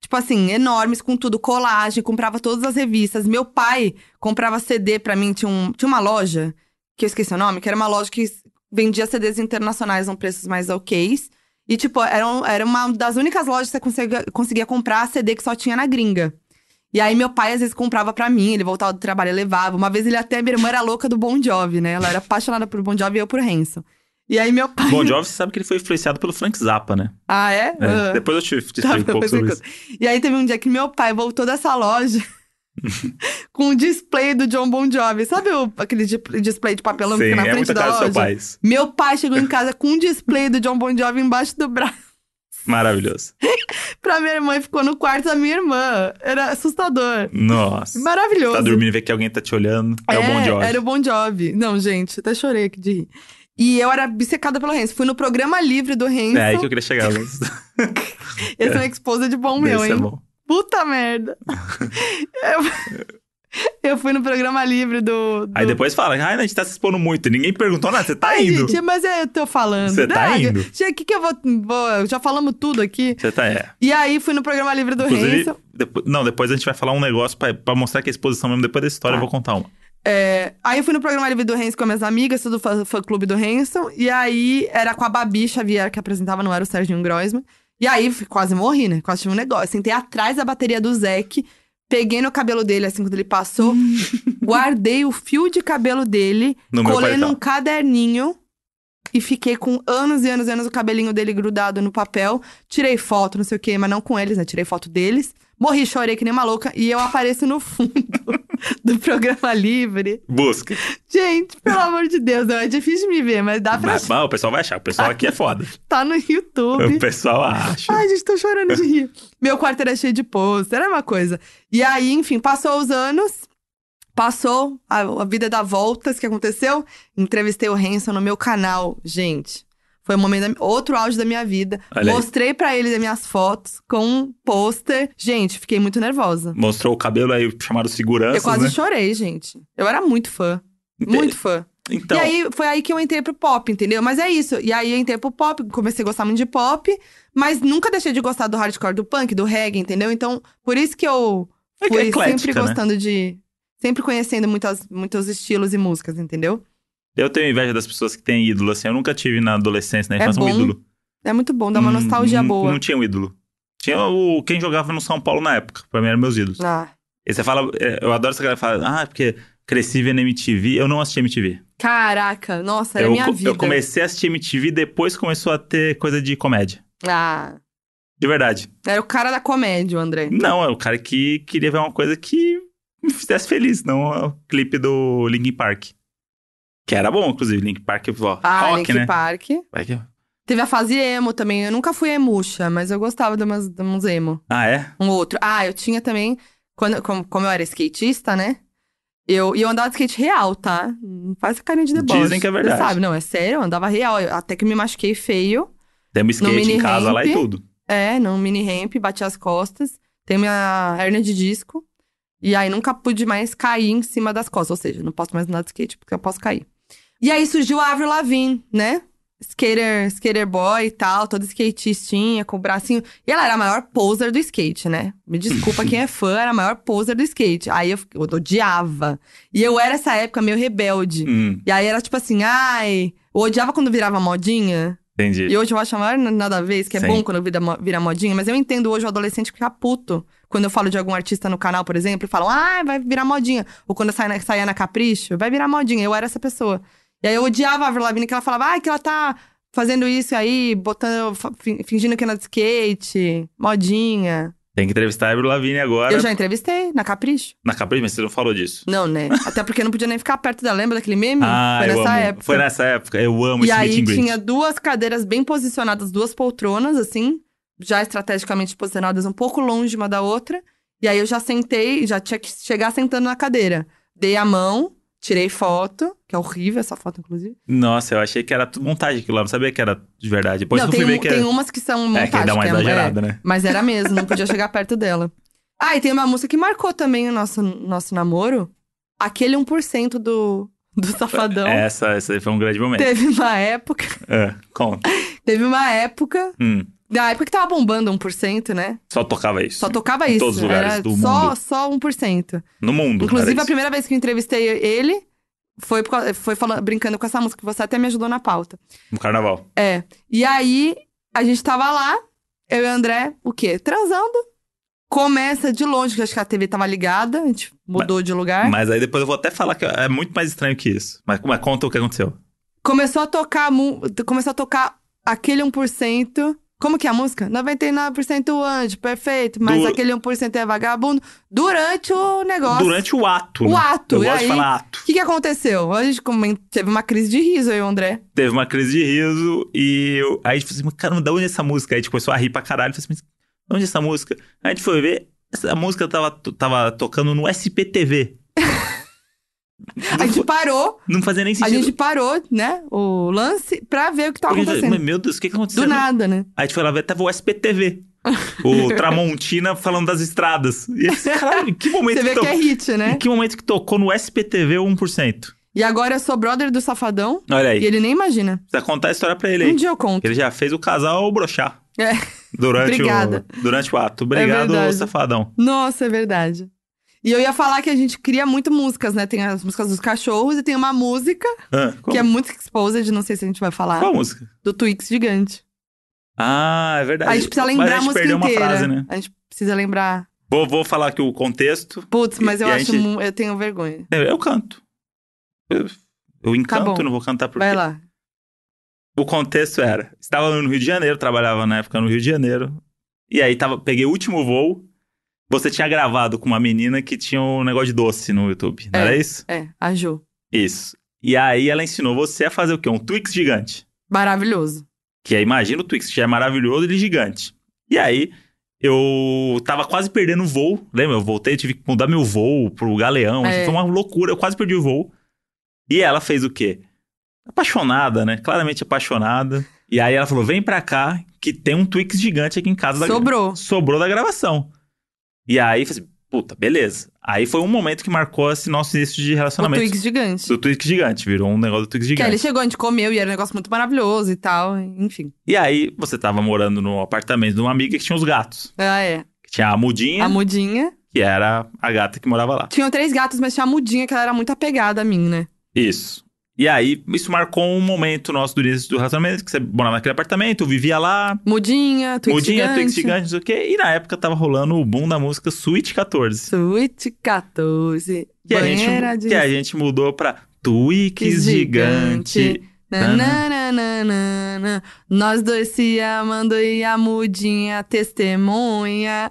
B: tipo assim, enormes, com tudo, colagem, comprava todas as revistas. Meu pai comprava CD pra mim, tinha, um, tinha uma loja, que eu esqueci o nome, que era uma loja que vendia CDs internacionais a um preços mais ok. E, tipo, era, um- era uma das únicas lojas que você conseguia, conseguia comprar CD que só tinha na gringa. E aí, meu pai às vezes comprava pra mim, ele voltava do trabalho e levava. Uma vez ele até, minha irmã era louca do Bon Jovi, né? Ela era apaixonada por Bon Jovi e eu por Hanson. E aí, meu pai.
A: Bom Jovi, você sabe que ele foi influenciado pelo Frank Zappa, né?
B: Ah, é?
A: É,
B: Ah.
A: Depois eu te, te
B: Tá,
A: explico um pouco
B: depois
A: sobre
B: eu
A: isso.
B: E aí teve um dia que meu pai voltou dessa
A: (laughs)
B: loja com o display do John Bon Jovi. Sabe o- aquele di- display de papelão que
A: Sim,
B: fica na
A: é
B: frente
A: muita
B: da
A: cara do
B: loja?
A: seu pai. isso.
B: Meu pai chegou em casa com um display do John Bon Jovi embaixo do braço.
A: Maravilhoso.
B: Pra minha irmã e ficou no quarto da minha irmã. Era assustador.
A: Nossa.
B: Maravilhoso.
A: Tá dormindo e vê que alguém tá te olhando. É, o Bon Jovi.
B: Era o Bon Jovi. Não, gente, até chorei aqui de rir. E eu era obcecada pelo Renzo. Fui no programa livre do Renzo.
A: É aí que eu queria chegar, Luz.
B: (laughs) Esse é um exposed bom meu,
A: Esse
B: hein?
A: é bom.
B: Puta
A: (laughs)
B: merda. eu... eu fui no programa livre do. do...
A: Aí depois fala, ai, a gente tá se expondo muito. Ninguém perguntou nada, você tá
B: Ai,
A: indo.
B: gente, mas é, eu tô falando.
A: Você tá
B: Né?
A: indo.
B: Gente, o que, que eu vou, vou- Já falamos tudo aqui.
A: Você tá, é.
B: E aí fui no programa livre do
A: Inclusive,
B: Renzo.
A: depois- não, depois a gente vai falar um negócio pra, pra mostrar que a exposição mesmo, depois da história,
B: Tá.
A: eu vou contar uma.
B: É, Aí eu fui no programa livre do Renzo com as minhas amigas, tudo fã, fã clube do Renzo. E aí era com a Babi Xavier que apresentava, não era o Serginho Groisman. E aí f- quase morri, né? Quase tive um negócio. Sentei atrás da bateria do Zeke, peguei no cabelo dele assim quando
A: (laughs)
B: ele passou, guardei o fio de cabelo dele.
A: No meu
B: colei num
A: paletó.
B: caderninho e fiquei com anos e anos e anos o cabelinho dele grudado no papel. Tirei foto, não sei o quê, mas não com eles, né? Tirei foto deles. Morri, chorei que nem uma louca e eu apareço no fundo
A: (laughs)
B: do programa livre.
A: Busca.
B: Gente,
A: (laughs)
B: pelo amor de Deus, não é difícil de me ver, mas dá pra
A: Mas, mas o pessoal vai achar. O pessoal
B: (laughs)
A: aqui é foda.
B: estar no
A: o
B: YouTube. (laughs)
A: pessoal acha.
B: Ai, gente, tô chorando de rir. Meu quarto era cheio de pôster, era uma coisa. E aí, enfim, passou os anos, passou a, a vida dá voltas que aconteceu. Entrevistei o Hanson no meu canal, gente. Foi um momento, da- outro auge da minha vida.
A: Olha aí.
B: Mostrei pra ele as minhas fotos com um pôster. Gente, fiquei muito nervosa.
A: Mostrou o cabelo aí, chamaram segurança.
B: eu quase
A: né?
B: chorei, gente. Eu era muito fã. Muito fã.
A: Então,
B: E aí, foi aí que eu entrei pro pop, entendeu? Mas é isso. E aí eu entrei pro pop, comecei a gostar muito de pop, mas nunca deixei de gostar do hardcore, do punk, do reggae, entendeu? Então, por isso que eu
A: É
B: fui
A: eclética,
B: sempre
A: né?
B: gostando de. Sempre conhecendo muitas, muitos estilos e músicas, entendeu?
A: eu tenho inveja das pessoas que têm ídolo, assim. Eu nunca tive na adolescência, na
B: É
A: infância, um
B: bom,
A: ídolo.
B: É muito bom, dá uma
A: Hum,
B: nostalgia
A: não-
B: boa.
A: Não tinha um ídolo. Tinha o quem jogava no São Paulo na época. Pra mim eram meus ídolos.
B: Ah,
A: E você fala, é, eu adoro essa galera que fala, ah, porque cresci vendo MTV. Eu não assisti MTV.
B: caraca, nossa, era
A: eu,
B: é minha
A: co-
B: vida.
A: eu comecei a assistir MTV depois começou a ter coisa de comédia.
B: Ah,
A: De verdade.
B: era o cara da comédia, o André.
A: Não, é o cara que queria ver uma coisa que me fizesse feliz, não é o clipe do Linkin Park. Que era bom, inclusive, Linkin Park, ó,
B: Ah,
A: rock,
B: Link
A: né?
B: Park.
A: Vai que-
B: Teve a fase emo também. Eu nunca fui emuxa, mas eu gostava de, umas, de uns emo.
A: Ah, é?
B: um outro. Ah, eu tinha também, quando, como, como eu era skatista, né? Eu, e eu andava de skate real, tá? Não faz carinha de deboche.
A: Dizem que é verdade.
B: Você sabe, não, é sério, eu andava real. eu- até que eu me machuquei feio.
A: Temos skate
B: mini
A: em casa lá e
B: ramp.
A: tudo.
B: É, num mini ramp, bati as costas. Tenho minha hernia de disco. E aí nunca pude mais cair em cima das costas. Ou seja, não posso mais andar de skate porque eu posso cair. E aí surgiu a Avril Lavigne, né? Skater, skater boy e tal, toda skatistinha, com o bracinho. E ela era a maior poser do skate, né? Me desculpa quem é fã, era a maior poser do skate. Aí eu, fiquei- eu odiava. E eu era essa época meio rebelde.
A: Hum,
B: E aí era tipo assim, ai. Eu odiava quando virava modinha.
A: entendi.
B: E hoje eu acho a maior nada a vez, que é
A: Sim.
B: bom quando vira, mo- vira modinha, mas eu entendo hoje o adolescente ficar puto. Quando eu falo de algum artista no canal, por exemplo, e falam, ah, vai virar modinha. Ou quando eu saia na, saía na Capricho, vai virar modinha. Eu era essa pessoa. E aí eu odiava a Avril Lavigne, que ela falava, ah, que ela tá fazendo isso aí, botando, fa- fin- fingindo que anda de skate, modinha.
A: Tem que entrevistar a Avril Lavigne agora.
B: Eu já entrevistei, na Capricho.
A: Na Capricho, mas você não falou disso.
B: Não, né? Até porque eu não podia nem ficar perto dela. Lembra daquele meme?
A: Ah,
B: Hum, Foi
A: eu
B: nessa
A: amo.
B: época.
A: Foi nessa época. Eu amo
B: E
A: esse
B: aí
A: meet and greet.
B: tinha duas cadeiras bem posicionadas, duas poltronas, assim, já estrategicamente posicionadas um pouco longe uma da outra. E aí eu já sentei, já tinha que chegar sentando na cadeira. Dei a mão, tirei foto, que é horrível essa foto, inclusive.
A: Nossa, eu achei que era tudo montagem aquilo lá. Não sabia que era de verdade. Depois
B: não,
A: que eu
B: tem,
A: fui ver
B: um-
A: que
B: tem
A: era...
B: umas que são
A: é,
B: montagem.
A: que dá uma
B: que é- é,
A: exagerada, né? (laughs)
B: mas era mesmo, não podia chegar perto dela. Ah, e tem uma música que marcou também o nosso, nosso namoro. Aquele 1% do, do Safadão.
A: Essa, essa aí foi um grande momento.
B: Teve uma época.
A: É, conta.
B: Teve uma época.
A: Hum,
B: Da época que tava bombando 1%, né?
A: só tocava isso.
B: Só tocava
A: Em
B: isso.
A: todos os lugares
B: era
A: do
B: só,
A: mundo.
B: Só 1%.
A: No mundo.
B: Inclusive,
A: era
B: a
A: isso.
B: primeira vez que eu entrevistei ele foi, por causa- foi falando, brincando com essa música, que você até me ajudou na pauta.
A: No carnaval.
B: É. E aí, a gente tava lá, eu e o André, o quê? Transando. Começa de longe, que acho que a TV tava ligada, a gente mudou de lugar.
A: Mas aí depois eu vou até falar que é muito mais estranho que isso. Mas, mas conta o que aconteceu.
B: Começou a tocar, mu- começou a tocar aquele 1%. Como que é a música? 99% anjo, perfeito, mas
A: Du-
B: aquele 1% é vagabundo. Durante o negócio.
A: Durante o ato.
B: o
A: né?
B: ato.
A: Eu
B: e
A: gosto
B: aí,
A: de falar ato.
B: o que, que aconteceu? A gente comen- teve uma crise de riso aí, o André.
A: Teve uma crise de riso e eu, aí a gente falou assim, "Mas, caramba, de onde é essa música? Aí a gente começou a rir pra caralho. Falei assim, mas de onde é essa música? Aí a gente foi ver, essa música tava, tava tocando no SPTV.
B: A gente parou,
A: Não fazia nem
B: a
A: sentido.
B: gente parou, né, o lance, pra ver o que tava
A: Porque a gente falou,
B: acontecendo.
A: "Mas, é meu Deus, o que que aconteceu?
B: Do nada, né?
A: Aí a gente foi lá ver, tava o
B: (laughs)
A: SPTV. O Tramontina falando das estradas. E eu falei, caralho, em que momento
B: Você vê
A: to-
B: que é hit, né?
A: Em que momento que tocou no SPTV o 1%?
B: E agora eu sou brother do Safadão
A: Olha aí,
B: e ele nem imagina.
A: precisa contar a história pra ele aí.
B: Um dia eu conto.
A: Ele já fez o casal brochar.
B: É.
A: Durante,
B: Obrigada. É
A: O, durante o ato. Obrigado,
B: verdade.
A: safadão.
B: Nossa, é verdade. E eu ia falar que a gente cria muito músicas, né? Tem as músicas dos cachorros e tem uma música
A: Ah, qual,
B: que é muito exposed, não sei se a gente vai falar,
A: qual música?
B: do Twix gigante.
A: Ah, é verdade.
B: a gente precisa
A: Mas
B: lembrar
A: a gente
B: música
A: perdeu
B: inteira.
A: uma frase, né?
B: A gente precisa lembrar.
A: Vou, vou falar aqui o contexto.
B: Putz, mas
A: E-
B: eu
A: e a
B: acho
A: gente-
B: mu- eu tenho vergonha.
A: Eu canto. Eu, eu encanto,
B: Tá bom.
A: não vou cantar porque...
B: Vai lá.
A: O contexto era: estava no Rio de Janeiro, trabalhava na época no Rio de Janeiro. E aí tava, peguei o último voo. Você tinha gravado com uma menina que tinha um negócio de doce no YouTube, não
B: É.
A: era isso?
B: É, a Ju.
A: Isso. E aí ela ensinou você a fazer o quê? Um Twix gigante.
B: Maravilhoso.
A: Que aí imagina o Twix, já é maravilhoso, ele gigante. E aí eu tava quase perdendo o voo, lembra? Eu voltei, tive que mudar meu voo pro Galeão,
B: É.
A: assim, foi uma loucura, eu quase perdi o voo. E ela fez o quê? Apaixonada, né? Claramente apaixonada. E aí ela falou: vem pra cá, que tem um Twix gigante aqui em casa. Da...
B: Sobrou.
A: Sobrou da gravação. E aí, eu falei assim, puta, beleza. Aí foi um momento que marcou esse nosso início de
B: O
A: relacionamento.
B: Twix gigante.
A: Do Twix gigante, virou um negócio do Twix
B: Que aí
A: gigante.
B: ele chegou, a gente comeu e era um negócio muito maravilhoso e tal. Enfim.
A: E aí, você tava morando no apartamento de uma amiga que tinha os gatos.
B: Ah, é.
A: Que tinha a Mudinha,
B: A mudinha.
A: que era a gata que morava lá.
B: Tinham três gatos, mas tinha a mudinha que ela era muito apegada a mim, né?
A: Isso. E aí, isso marcou um momento nosso do início do relacionamento, que você morava naquele apartamento, eu vivia lá,
B: Mudinha, Twix
A: mudinha,
B: gigante.
A: Twix gigante, não sei o quê. E na época tava rolando o boom da música Suite 14.
B: Sweet 14.
A: Que a, gente,
B: banheira de...
A: que a gente mudou pra Twix
B: Gigante.
A: Gigante.
B: Nananana. Nós dois se amando e a mudinha testemunha.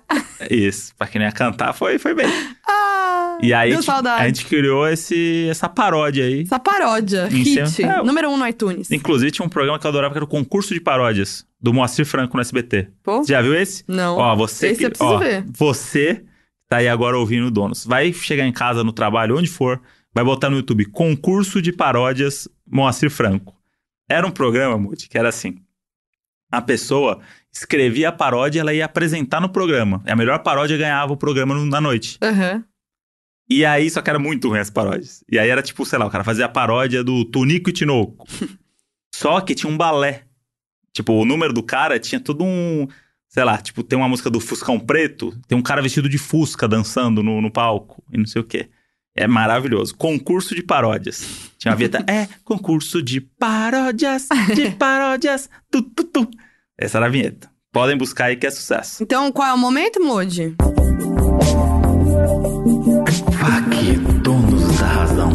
A: Isso. Pra quem não ia cantar, foi, foi bem.
B: Ah,
A: E aí, a
B: deu
A: gente,
B: saudade.
A: a gente criou esse, essa paródia aí.
B: Essa paródia,
A: Em cima-
B: hit,
A: É,
B: número um no iTunes.
A: Inclusive, tinha um programa que eu adorava, que era o concurso de paródias, do Moacir Franco no SBT.
B: Pô,
A: Já viu esse?
B: não.
A: Ó, você.
B: Esse
A: que-
B: eu preciso
A: ó,
B: ver.
A: Você que tá aí agora ouvindo o Donos. Vai chegar em casa, no trabalho, onde for, vai botar no YouTube Concurso de Paródias Moacir Franco. Era um programa, Mude, que era assim. A pessoa escrevia a paródia, ela ia apresentar no programa. E a melhor paródia ganhava o programa no- na noite.
B: Aham.
A: E aí, só que era muito ruim as paródias. E aí era tipo, sei lá, o cara fazia a paródia do Tunico e Tinoco. só que tinha um balé. Tipo, o número do cara tinha todo um. Sei lá, tipo, tem uma música do Fuscão Preto, tem um cara vestido de Fusca dançando no, no palco e não sei o quê. É maravilhoso. Concurso de paródias. Tinha uma vinheta. é, concurso de paródias, de paródias, tu, tu, tu. Essa era a vinheta. Podem buscar aí que é sucesso.
B: Então, qual é o momento, Moody?
A: Aqui, donos da razão.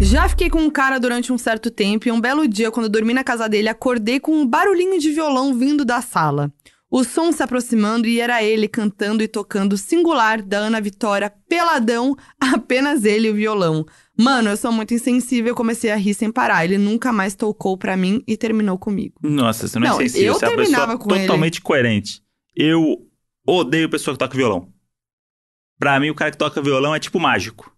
B: Já fiquei com um cara durante um certo tempo e um belo dia, quando eu dormi na casa dele, acordei com um barulhinho de violão vindo da sala. O som se aproximando e era ele cantando e tocando o singular da Ana Vitória, peladão, (laughs) apenas ele e o violão. Mano, eu sou muito insensível, comecei a rir sem parar. Ele nunca mais tocou pra mim e terminou comigo.
A: Nossa, você não,
B: Não,
A: é insensível.
B: eu
A: Você é uma pessoa
B: terminava com ele.
A: totalmente coerente. Eu odeio pessoa que toca violão. Pra mim, o cara que toca violão é tipo
B: (laughs)
A: mágico.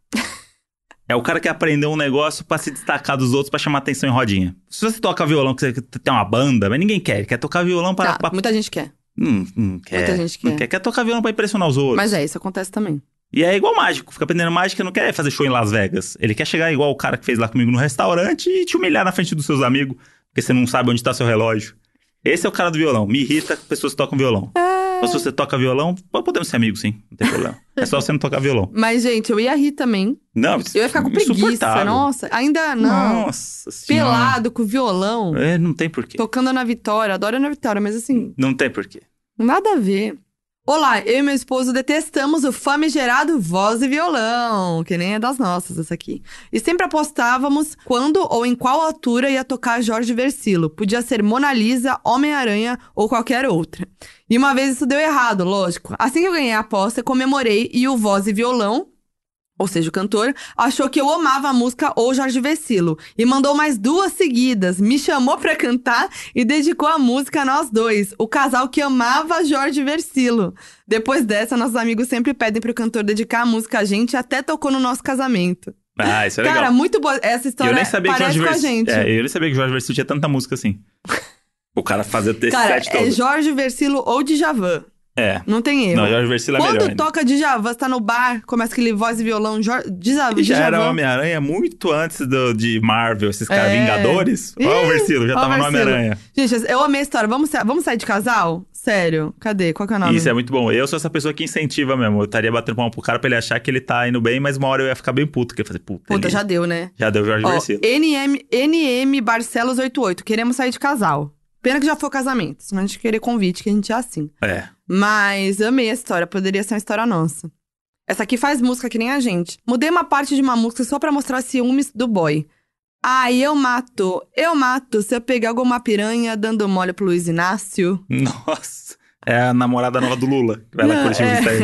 A: é o cara que aprendeu um negócio pra se destacar dos outros, pra chamar atenção em rodinha. Se você toca violão, que você tem uma banda, mas ninguém quer. Quer tocar violão pra...
B: Tá,
A: pra-
B: muita gente quer.
A: Hum, hum,
B: Muita
A: quer.
B: gente
A: Não
B: quer.
A: quer. Quer tocar violão pra impressionar os outros.
B: Mas é, isso acontece também.
A: E é igual mágico. Fica aprendendo mágica, não quer fazer show em Las Vegas. Ele quer chegar igual o cara que fez lá comigo no restaurante e te humilhar na frente dos seus amigos, porque você não sabe onde tá seu relógio. Esse é o cara do violão. Me irrita que pessoas que tocam violão.
B: Ah.
A: Mas se você toca violão, pô, podemos ser amigos, sim. Não tem problema. É só você não tocar violão.
B: Mas, gente, eu ia rir também.
A: Não,
B: Eu ia ficar com preguiça,
A: insuportável.
B: nossa. Ainda não.
A: Nossa senhora.
B: pelado, com violão,
A: É, não tem porquê.
B: tocando na Vitória. Adoro a Ana Vitória, mas assim,
A: Não tem porquê.
B: nada a ver. Olá, eu e meu esposo detestamos o famigerado voz e violão, que nem é das nossas essa aqui. E sempre apostávamos quando ou em qual altura ia tocar Jorge Versilo. Podia ser Mona Lisa, Homem-Aranha ou qualquer outra. E uma vez isso deu errado, lógico. Assim que eu ganhei a aposta, comemorei e o voz e violão, ou seja, o cantor, achou que eu amava a música ou Jorge Vecilo e mandou mais duas seguidas, me chamou pra cantar e dedicou a música a nós dois, o casal que amava Jorge Versilo. Depois dessa, nossos amigos sempre pedem pro cantor dedicar a música a gente, até tocou no nosso casamento.
A: Ah, isso é legal.
B: Cara, muito boa essa história.
A: eu nem sabia que
B: parece
A: Jorge
B: com a
A: Vers-
B: gente.
A: É, eu nem sabia que Jorge Versilo tinha tanta música
B: (laughs)
A: assim. O cara fazia esse
B: Cara,
A: set
B: é
A: todo.
B: Jorge Versilo ou Djavan.
A: É.
B: Não tem erro.
A: Não, Jorge Versilo é melhor
B: Quando
A: ainda.
B: toca Djavan, você tá no bar, começa aquele voz e violão, Jor... Djavan.
A: E (laughs) já era
B: Djavan.
A: Homem-Aranha muito antes do, de Marvel, esses caras
B: É.
A: Vingadores.
B: Ih,
A: Olha o Versilo, já
B: ó o
A: tava no
B: Versilo.
A: Homem-Aranha.
B: Gente, eu amei a história. Vamos, sa- vamos sair de casal? Sério? Cadê? Qual que é o nome?
A: Isso é muito bom. Eu sou essa pessoa que incentiva mesmo. Eu estaria batendo palma pro cara pra ele achar que ele tá indo bem, mas uma hora eu ia ficar bem puto. Que eu ia fazer, puta,
B: Puta,
A: ele-
B: já deu, né?
A: já deu Jorge
B: Ó,
A: Versilo.
B: NM, NM Barcelos 88. Queremos sair de casal. Pena que já foi o casamento. Senão a gente querer convite, que a gente é assim.
A: É. (laughs)
B: Mas amei a história, poderia ser uma história nossa. Essa aqui faz música que nem a gente. Mudei uma parte de uma música só pra mostrar ciúmes do boy. Ai, eu mato, eu mato se eu pegar alguma piranha dando mole pro Luiz Inácio.
A: Nossa. É a namorada nova do Lula, que vai lá
B: Não,
A: curtir
B: é.
A: isso aí.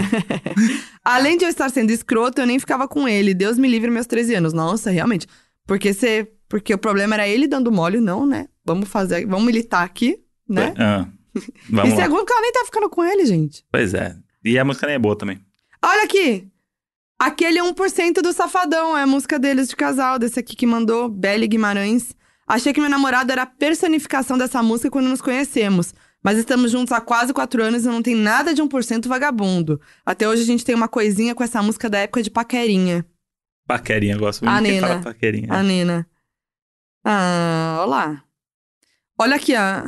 B: Além de eu estar sendo escroto, eu nem ficava com ele. Deus me livre meus 13 anos. Nossa, realmente. Porque você, porque o problema era ele dando mole, não, né? Vamos fazer, vamos militar aqui, né?
A: Ah,
B: E
A: vamos lá.
B: segundo que ela nem tá ficando com ele, gente.
A: Pois é. E a música nem é boa também.
B: Olha aqui! Aquele 1% do Safadão é a música deles de casal, desse aqui que mandou, Belle Guimarães. Achei que meu namorado era a personificação dessa música quando nos conhecemos. Mas estamos juntos há quase quatro anos e não tem nada de 1% vagabundo. Até hoje a gente tem uma coisinha com essa música da época de paquerinha.
A: Paquerinha, eu gosto muito.
B: A
A: Quem
B: Ah, Nina.
A: fala paquerinha?
B: A Nina. Ah, olá. Olha aqui a,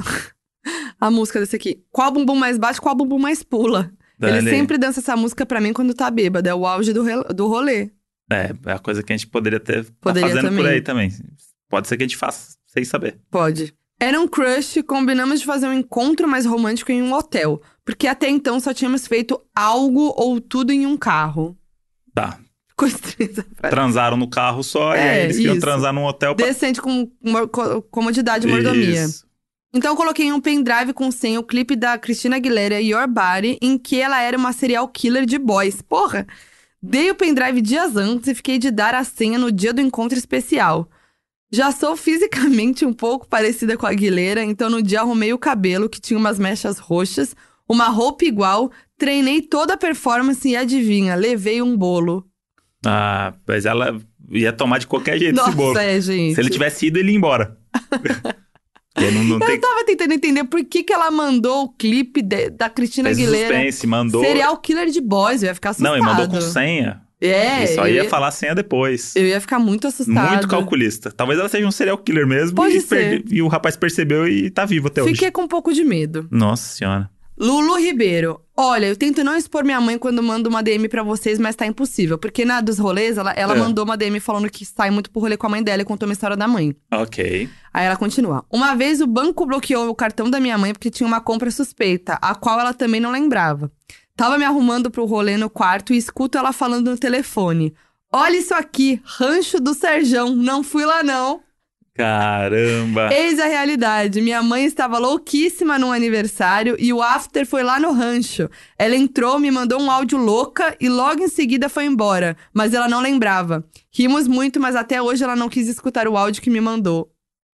B: (laughs) a música desse aqui. Qual bumbum mais bate, qual bumbum mais pula? Ele
A: Dani.
B: sempre dança essa música pra mim quando tá bêbado. É o auge do, rel- do rolê.
A: É, é a coisa que a gente poderia ter
B: Poderia
A: tá fazendo por
B: também.
A: aí também. Pode ser que a gente faça sem saber.
B: Pode. Era um crush, combinamos de fazer um encontro mais romântico em um hotel. Porque até então só tínhamos feito algo ou tudo em um carro. (laughs)
A: Tá.
B: Ficou estranha essa frase.
A: Transaram no carro só e
B: É,
A: aí eles queriam
B: isso.
A: transar num hotel pra
B: Decente com uma co- comodidade e mordomia.
A: Isso.
B: Então eu coloquei um pendrive com sem o clipe da Cristina Aguilera Your Body, em que ela era uma serial killer de boys. Porra! Dei o pendrive dias antes e fiquei de dar a senha no dia do encontro especial. Já sou fisicamente um pouco parecida com a Aguilera, então no dia arrumei o cabelo, que tinha umas mechas roxas, uma roupa igual, treinei toda a performance e adivinha, levei um bolo.
A: Ah, mas ela ia tomar de qualquer jeito
B: Nossa,
A: esse bolo.
B: é, gente.
A: Se ele tivesse ido, ele ia embora.
B: (laughs)
A: Porque não, não tem
B: Eu tava tentando entender por que, que ela mandou o clipe de- da Cristina
A: fez o
B: Aguilera.
A: suspense, mandou.
B: Serial killer de boys, eu ia ficar assustado.
A: Não, e mandou com senha.
B: É,
A: e só
B: eu
A: ia
B: ia,
A: falar a senha depois.
B: eu ia ficar muito assustado.
A: Muito calculista. Talvez ela seja um serial killer mesmo.
B: Pode
A: e,
B: ser.
A: perde- e o rapaz percebeu e tá vivo até hoje.
B: Fiquei com um pouco de medo.
A: Nossa senhora.
B: Lulu Ribeiro. Olha, eu tento não expor minha mãe quando mando uma DM pra vocês, mas tá impossível. Porque na dos rolês, ela, ela
A: É.
B: mandou uma DM falando que sai muito pro rolê com a mãe dela e contou uma história da mãe.
A: Ok.
B: Aí ela continua. Uma vez o banco bloqueou o cartão da minha mãe porque tinha uma compra suspeita, a qual ela também não lembrava. Tava me arrumando pro rolê no quarto e escuto ela falando no telefone. Olha isso aqui, rancho do Serjão, não fui lá não.
A: Caramba.
B: Eis a realidade. Minha mãe estava louquíssima num aniversário e o after foi lá no rancho. Ela entrou, me mandou um áudio louca e logo em seguida foi embora, mas ela não lembrava. Rimos muito, mas até hoje ela não quis escutar o áudio que me mandou.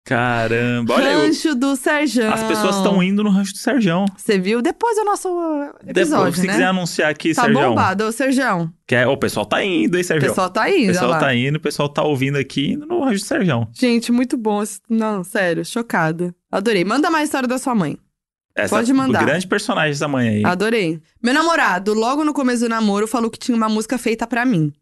A: Caramba. Olha aí. o-
B: rancho do Serjão.
A: As pessoas estão indo no rancho do Serjão.
B: Você viu? Depois é o nosso
A: Depois,
B: episódio,
A: se
B: né?
A: quiser anunciar aqui,
B: tá
A: Serjão.
B: bombado, ô Serjão.
A: Que é, o pessoal tá indo, hein,
B: O
A: Serjão?
B: pessoal tá
A: O
B: indo, olha
A: pessoal
B: lá.
A: tá indo, o pessoal tá ouvindo aqui indo no rancho do Serjão.
B: Gente, muito bom. esse- Não, sério, chocada. Adorei. Manda mais história da sua mãe.
A: Essa
B: Pode mandar.
A: grande personagem da manhã aí.
B: Adorei. Meu namorado, logo no começo do namoro, falou que tinha uma música feita pra mim.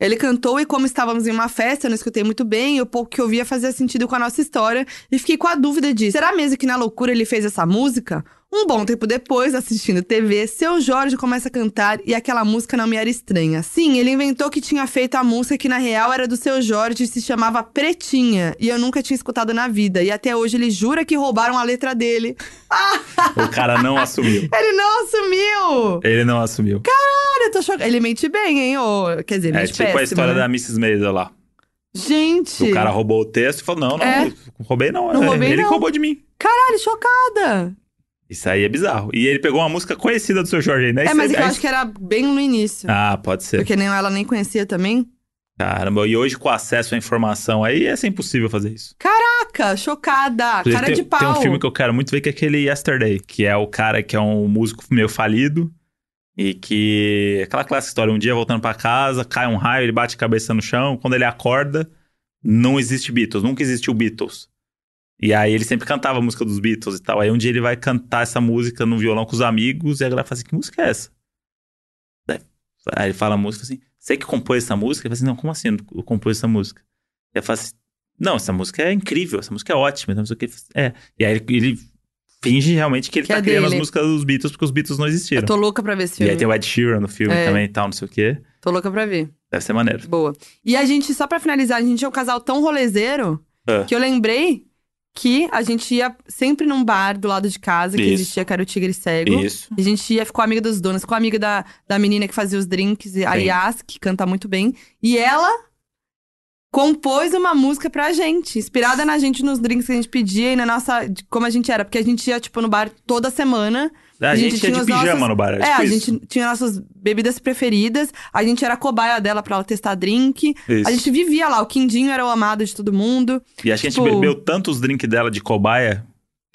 B: Ele cantou e, como estávamos em uma festa, eu não escutei muito bem, e o pouco que eu via fazia sentido com a nossa história, e fiquei com a dúvida de: será mesmo que na loucura ele fez essa música? Um bom tempo depois, assistindo TV, seu Jorge começa a cantar e aquela música não me era estranha. Sim, ele inventou que tinha feito a música que na real era do seu Jorge e se chamava Pretinha, e eu nunca tinha escutado na vida, e até hoje ele jura que roubaram a letra dele. Ah.
A: O cara
B: (laughs)
A: não assumiu.
B: Ele não assumiu!
A: Ele não assumiu.
B: Cara, eu tô chocada. Ele mente bem, hein? Ou, quer dizer,
A: é
B: mente
A: tipo
B: péssimo,
A: a história
B: né?
A: da Mrs. Maisel lá.
B: Gente!
A: O cara roubou o texto e falou: não, não,
B: É.
A: eu roubei não.
B: Não
A: é,
B: roubei,
A: ele
B: não.
A: roubou de mim.
B: Caralho, chocada!
A: Isso aí é bizarro. E ele pegou uma música conhecida do seu Jorge né? ainda.
B: É, mas eu acho que era bem no início.
A: Ah, pode ser.
B: Porque nem ela nem conhecia também.
A: Caramba, e hoje com acesso à informação aí, é impossível fazer isso.
B: Caraca, chocada! cara
A: tem,
B: de pau!
A: Tem um filme que eu quero muito ver que é aquele Yesterday, que é o cara que é um músico meio falido e que. Aquela clássica história, um dia voltando pra casa, cai um raio, ele bate a cabeça no chão, quando ele acorda, não existe Beatles, nunca existiu Beatles. E aí ele sempre cantava a música dos Beatles e tal. Aí um dia ele vai cantar essa música no violão com os amigos e a galera fala assim: que música é essa? Aí ele fala a música assim, você que compôs essa música? Ele fala assim, não, como assim eu compôs essa música? Ele fala assim, não, essa música é incrível, essa música é ótima, então não sei o que. Ele fala assim, É. E aí ele, ele finge realmente que ele
B: Que
A: tá
B: é
A: criando
B: dele.
A: as músicas dos Beatles, porque os Beatles não
B: Eu
A: existiram.
B: tô louca pra ver
A: E
B: esse filme.
A: aí tem um- o Ed Sheeran no filme
B: É.
A: também e tal, não sei o que.
B: Tô louca pra ver.
A: Deve ser maneiro.
B: Boa. E a gente, só pra finalizar, a gente é um casal tão rolezeiro
A: Ah.
B: que eu lembrei que a gente ia sempre num bar do lado de casa, que
A: Isso.
B: existia Caro Tigre Cego.
A: Isso.
B: A gente ia, ficou amiga dos donos, ficou amiga da, da menina que fazia os drinks, a
A: Sim.
B: Yas, que canta muito bem. E ela compôs uma música pra gente, inspirada na gente nos drinks que a gente pedia e na nossa. de como a gente era. Porque a gente ia, tipo, no bar toda semana.
A: A
B: A gente
A: gente, é de
B: tinha os
A: pijama
B: nossos-
A: no bar, é,
B: É,
A: tipo
B: a
A: isso.
B: gente tinha nossas bebidas preferidas, a gente era cobaia dela pra ela testar drink.
A: Isso.
B: A gente vivia lá, o Quindinho era o amado de todo mundo.
A: E acho que a gente
B: tipo-
A: bebeu tanto os drinks dela de cobaia...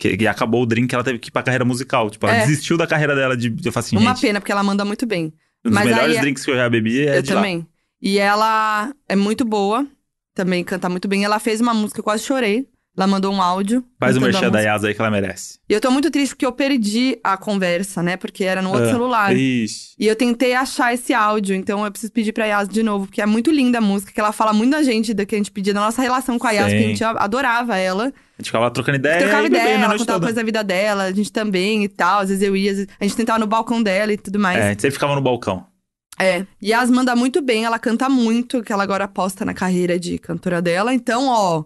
A: Que, que acabou o drink, ela teve que ir pra carreira musical. Tipo, ela
B: É.
A: desistiu da carreira dela de. Eu falo assim,
B: Uma
A: gente,
B: pena, porque ela manda muito bem.
A: um dos
B: mas
A: melhores
B: aí-
A: drinks que eu já bebi é
B: eu
A: de lá.
B: também. E ela é muito boa, também canta muito bem. Ela fez uma música, eu quase chorei. Ela mandou um áudio.
A: Faz o
B: cantando a
A: merchan da
B: música.
A: Yasa aí que ela merece.
B: E eu tô muito triste porque eu perdi a conversa, né? Porque era no outro
A: Ah,
B: celular.
A: Ixi.
B: E eu tentei achar esse áudio, então eu preciso pedir pra Yas de novo, porque é muito linda a música, que ela fala muito da gente, da que a gente pedia, da nossa relação com a Yas,
A: Sim.
B: que a gente a- adorava ela.
A: A gente ficava lá trocando ideia
B: Trocava
A: e
B: ideia,
A: bebendo a
B: ela
A: noite
B: contava
A: toda.
B: coisa da vida dela, a gente também e tal. Às vezes eu ia, às vezes- a gente tentava no balcão dela e tudo mais.
A: É, a gente sempre ficava no balcão.
B: É, Yas manda muito bem, ela canta muito, que ela agora aposta na carreira de cantora dela. Então, ó,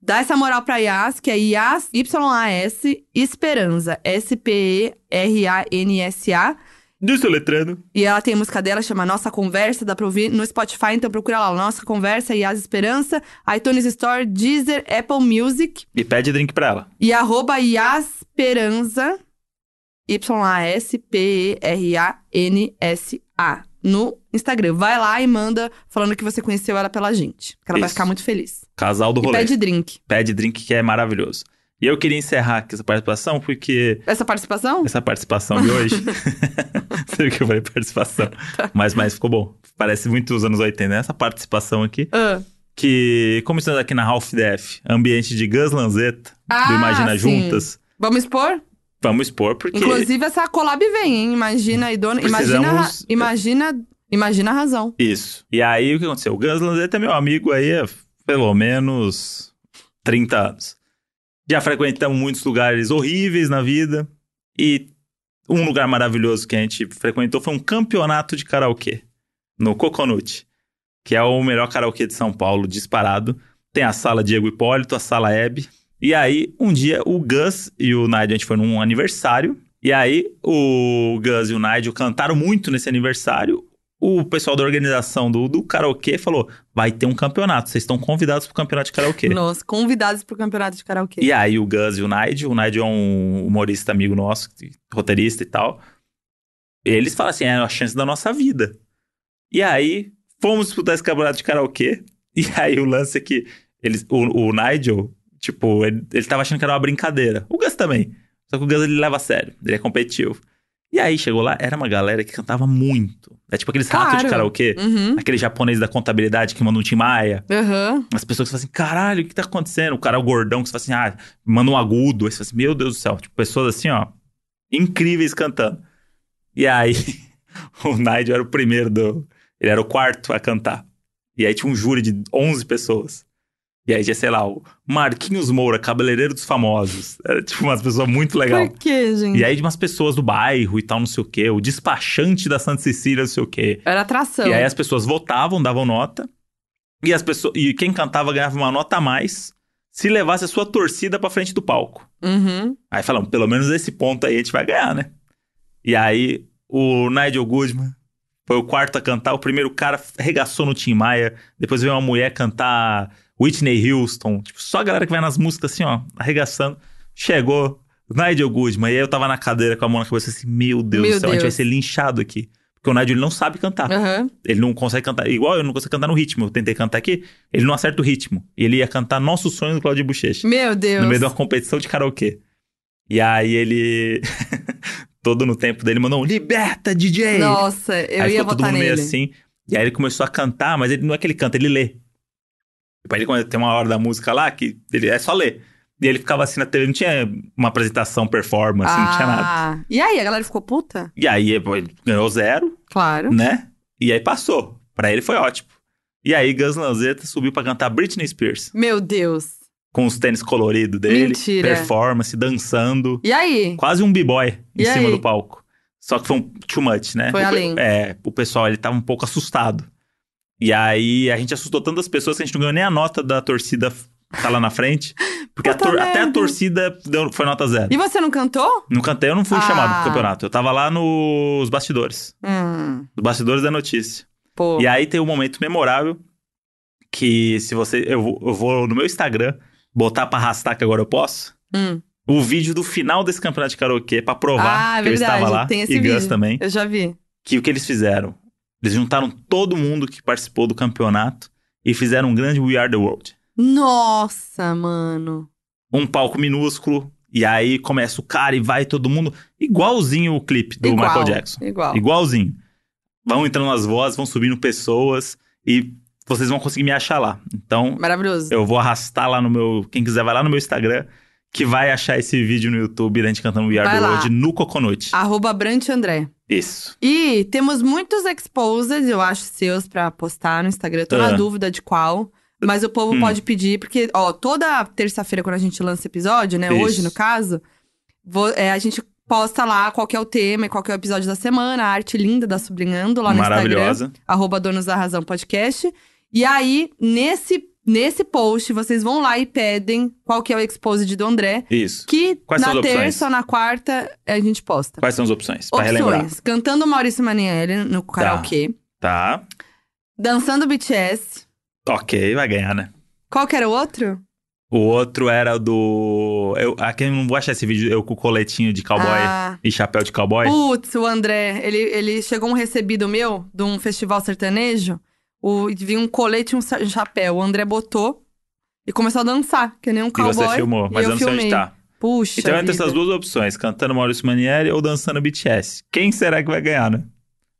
B: dá essa moral pra Yas, que é Yas, Y-A-S, Esperanza, S-P-E-R-A-N-S-A.
A: Diz o letrando.
B: E ela tem a música dela, chama Nossa Conversa, dá pra ouvir no Spotify, então procura lá, Nossa Conversa, Yas Esperança, iTunes Store, Deezer, Apple Music
A: E pede drink pra ela.
B: e arroba Yasperanza, Y-A-S-P-E-R-A-N-S-A, no Instagram. Vai lá e manda falando que você conheceu ela pela gente, que ela vai
A: Isso.
B: ficar muito feliz.
A: Casal do
B: E
A: rolê. Pede...
B: pede drink.
A: drink que é maravilhoso. E eu queria encerrar aqui essa participação porque
B: Essa participação?
A: essa participação de
B: (laughs)
A: hoje. (laughs) Sei o que eu falei, participação.
B: Tá.
A: Mas, mas ficou bom. Parece muito os anos 80, né? Essa participação aqui.
B: Ah,
A: Que, como estamos aqui na Half Def, ambiente de Gus Lanzetta, do
B: Ah,
A: Imagina
B: sim.
A: Juntas,
B: Vamos expor?
A: vamos expor porque.
B: Inclusive, essa collab vem, hein? Imagina, e dona... imagina,
A: Hum. Precisamos-
B: imagina, imagina a razão.
A: Isso. E aí, o que aconteceu? O Guns Lanzetta é meu amigo aí há pelo menos 30 anos. Já frequentamos muitos lugares horríveis na vida. E um lugar maravilhoso que a gente frequentou foi um campeonato de karaokê no Coconut, que é o melhor karaokê de São Paulo, disparado. Tem a sala Diego Hipólito, a sala Hebe. E aí, um dia, o Gus e o Nigel, a gente foi num aniversário. E aí, o Gus e o Nigel cantaram muito nesse aniversário. o pessoal da organização do, do karaokê falou: vai ter um campeonato, vocês estão convidados pro campeonato de karaokê.
B: Nossa, convidados pro campeonato de karaokê.
A: E aí o Gus e o Nigel, o Nigel é um humorista amigo nosso, roteirista e tal. Eles falam assim: é a chance da nossa vida. E aí fomos disputar esse campeonato de karaokê. (laughs) E aí o lance é que eles, o, o Nigel, tipo, ele, ele tava achando que era uma brincadeira. O Gus também. Só que o Gus ele leva a sério, ele é competitivo. E aí chegou lá, era uma galera que cantava muito. É tipo aqueles ratos de
B: Claro.
A: karaokê,
B: Uhum.
A: aquele japonês da contabilidade que manda um Tim Maia.
B: Aham.
A: As pessoas que falam assim, caralho, o que tá acontecendo? O cara é o gordão que você fala assim, ah, manda um agudo. Aí você fala assim, meu Deus do céu. Tipo, pessoas assim, ó, incríveis cantando. E aí, (laughs) o Nigel era o primeiro do... Ele era o quarto a cantar. E aí tinha um júri de 11 pessoas. E aí tinha, sei lá, o Marquinhos Moura, cabeleireiro dos famosos. Era, tipo, umas pessoas muito legais.
B: Por quê, gente?
A: E aí de umas pessoas do bairro e tal, não sei o quê. O despachante da Santa Cecília, não sei o quê.
B: Era atração.
A: E aí as pessoas votavam, davam nota. E as pessoas, e quem cantava ganhava uma nota a mais se levasse a sua torcida pra frente do palco.
B: Uhum.
A: Aí falam, pelo menos esse ponto aí a gente vai ganhar, né? E aí o Nigel Goodman foi o quarto a cantar, o primeiro cara arregaçou no Tim Maia, depois veio uma mulher cantar Whitney Houston, tipo, só a galera que vai nas músicas assim, ó, arregaçando. Chegou Nigel Goodman, e aí eu tava na cadeira com a mão na cabeça assim, meu Deus
B: Meu
A: do céu, a gente vai
B: Deus.
A: ser linchado aqui. Porque o Nigel ele não sabe cantar.
B: Aham.
A: Ele não consegue cantar. Igual eu não consigo cantar no ritmo. Eu tentei cantar aqui, ele não acerta o ritmo. Ele ia cantar Nosso Sonho do Claudio Bochecha.
B: Meu Deus.
A: No meio de uma competição de karaokê. E aí ele. (laughs) todo no tempo dele mandou um Liberta, DJ!
B: Nossa, eu
A: aí
B: ia
A: ficou todo
B: votar
A: mundo meio
B: nele.
A: assim. E aí ele começou a cantar, mas ele não é que ele canta, ele lê. Tipo, ele quando tem uma hora da música lá que ele é só ler. E ele ficava assim na TV, não tinha uma apresentação, performance, assim, não tinha nada.
B: Ah, E aí, a galera ficou puta?
A: E aí pô, ele ganhou zero
B: Claro.
A: né? E aí passou. Pra ele foi ótimo. E aí Guns Lanzetta subiu pra cantar Britney Spears.
B: Meu Deus.
A: Com os tênis coloridos dele. é
B: Mentira.
A: Performance, dançando.
B: E aí?
A: Quase um b-boy em
B: E
A: cima
B: aí?
A: do palco. Só que foi um too much, né?
B: Foi
A: O pe-
B: além.
A: É, o pessoal, ele tava um pouco assustado. E aí a gente assustou tantas pessoas que a gente não ganhou nem a nota da torcida f- tá lá na
B: (laughs)
A: frente. Porque a
B: Puta
A: tor- até a
B: merda.
A: torcida deu- foi nota zero.
B: E você não cantou?
A: Não cantei, eu não fui
B: Ah.
A: chamado pro campeonato. Eu tava lá nos bastidores.
B: Hum,
A: Nos bastidores da notícia.
B: pô.
A: E aí tem um momento memorável que se você. Eu, vou- eu vou no meu Instagram botar pra arrastar que agora eu posso.
B: Hum.
A: O vídeo do final desse campeonato de karaokê pra provar
B: Ah,
A: que
B: verdade,
A: eu estava lá.
B: tem esse
A: e Gus
B: vídeo.
A: também.
B: Eu já vi.
A: Que o que eles fizeram? Eles juntaram todo mundo que participou do campeonato e fizeram um grande We Are the World.
B: Nossa, mano.
A: Um palco minúsculo. E aí começa o cara e vai todo mundo. Igualzinho o clipe do
B: igual,
A: Michael Jackson.
B: Igual.
A: Igualzinho. Vão entrando as vozes, vão subindo pessoas e vocês vão conseguir me achar lá. Então,
B: Maravilhoso.
A: Eu vou arrastar lá no meu. Quem quiser, vai lá no meu Instagram, que vai achar esse vídeo no YouTube da gente cantando We Are
B: Vai
A: the
B: lá. Ah.
A: World no Coconut.
B: Arroba Brant André.
A: Isso.
B: E temos muitos exposed, eu acho, seus pra postar no Instagram. Eu tô
A: Ah.
B: na dúvida de qual. Mas o povo
A: Hum.
B: pode pedir, porque, ó, toda terça-feira, quando a gente lança episódio, né?
A: Isso.
B: Hoje, no caso, vo- é, a gente posta lá qual que é o tema e qual que é o episódio da semana, a arte linda da Sublinhando lá no Instagram.
A: Maravilhosa.
B: arroba Donos da Razão Podcast. E aí, nesse, nesse post, vocês vão lá e pedem qual que é o exposed do André,
A: Isso.
B: que
A: Quais são
B: na
A: as opções?
B: terça ou na quarta a gente posta.
A: Quais são as opções? Pra relembrar.
B: Opções. Cantando Maurício Manielli no karaokê.
A: Tá.
B: Dançando BTS.
A: Ok, vai ganhar, né?
B: Qual que era o outro?
A: O outro era do. Eu, aqui eu não vou achar esse vídeo, eu com o coletinho de cowboy
B: Ah,
A: e chapéu de cowboy.
B: putz, o André. Ele, ele chegou um recebido meu de um festival sertanejo. O, vinha um colete e um sa- chapéu. O André botou e começou a dançar, que nem um
A: e
B: cowboy.
A: você filmou, mas eu
B: eu
A: não sei
B: filmei.
A: onde tá.
B: Puxa.
A: Então entre
B: vida.
A: essas duas opções, cantando Maurício Manieri ou dançando BTS. Quem será que vai ganhar, né?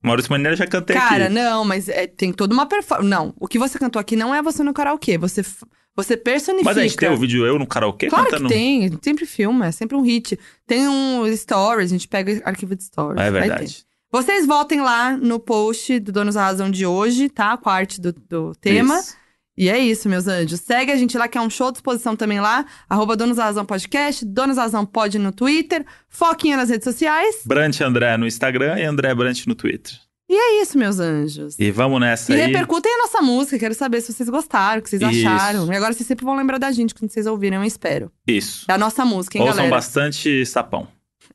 A: Maurício Manieri eu já cantei
B: Cara,
A: aqui.
B: não, mas é, tem toda uma performance. Não, o que você cantou aqui não é você no karaokê. Você, f- você personifica.
A: Mas a gente tem o vídeo eu tá no karaokê
B: Claro
A: cantando.
B: que tem, sempre filma, é sempre um hit. Tem um stories, a gente pega arquivo de stories.
A: É
B: vai ter.
A: verdade.
B: Vocês votem lá no post do Donos da Razão de hoje, tá? Com a arte do, do tema.
A: Isso.
B: E é isso, meus anjos. Segue a gente lá, que é um show de exposição também lá. Arroba Donos da Razão Podcast, Donos da Razão Pod no Twitter, Foquinha nas redes sociais.
A: Brant André no Instagram e André Brant no Twitter.
B: É isso, meus anjos.
A: E vamos nessa
B: E
A: aí.
B: repercutem a nossa música, quero saber se vocês gostaram, o que vocês
A: Isso.
B: acharam. E agora vocês sempre vão lembrar da gente quando vocês ouvirem, eu espero.
A: Isso.
B: É a nossa música, hein,
A: Ouçam
B: galera?
A: bastante sapão.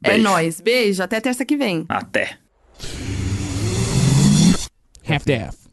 B: É
A: Beijo.
B: nóis. Beijo, até terça que vem.
A: Até.
C: half-deaf.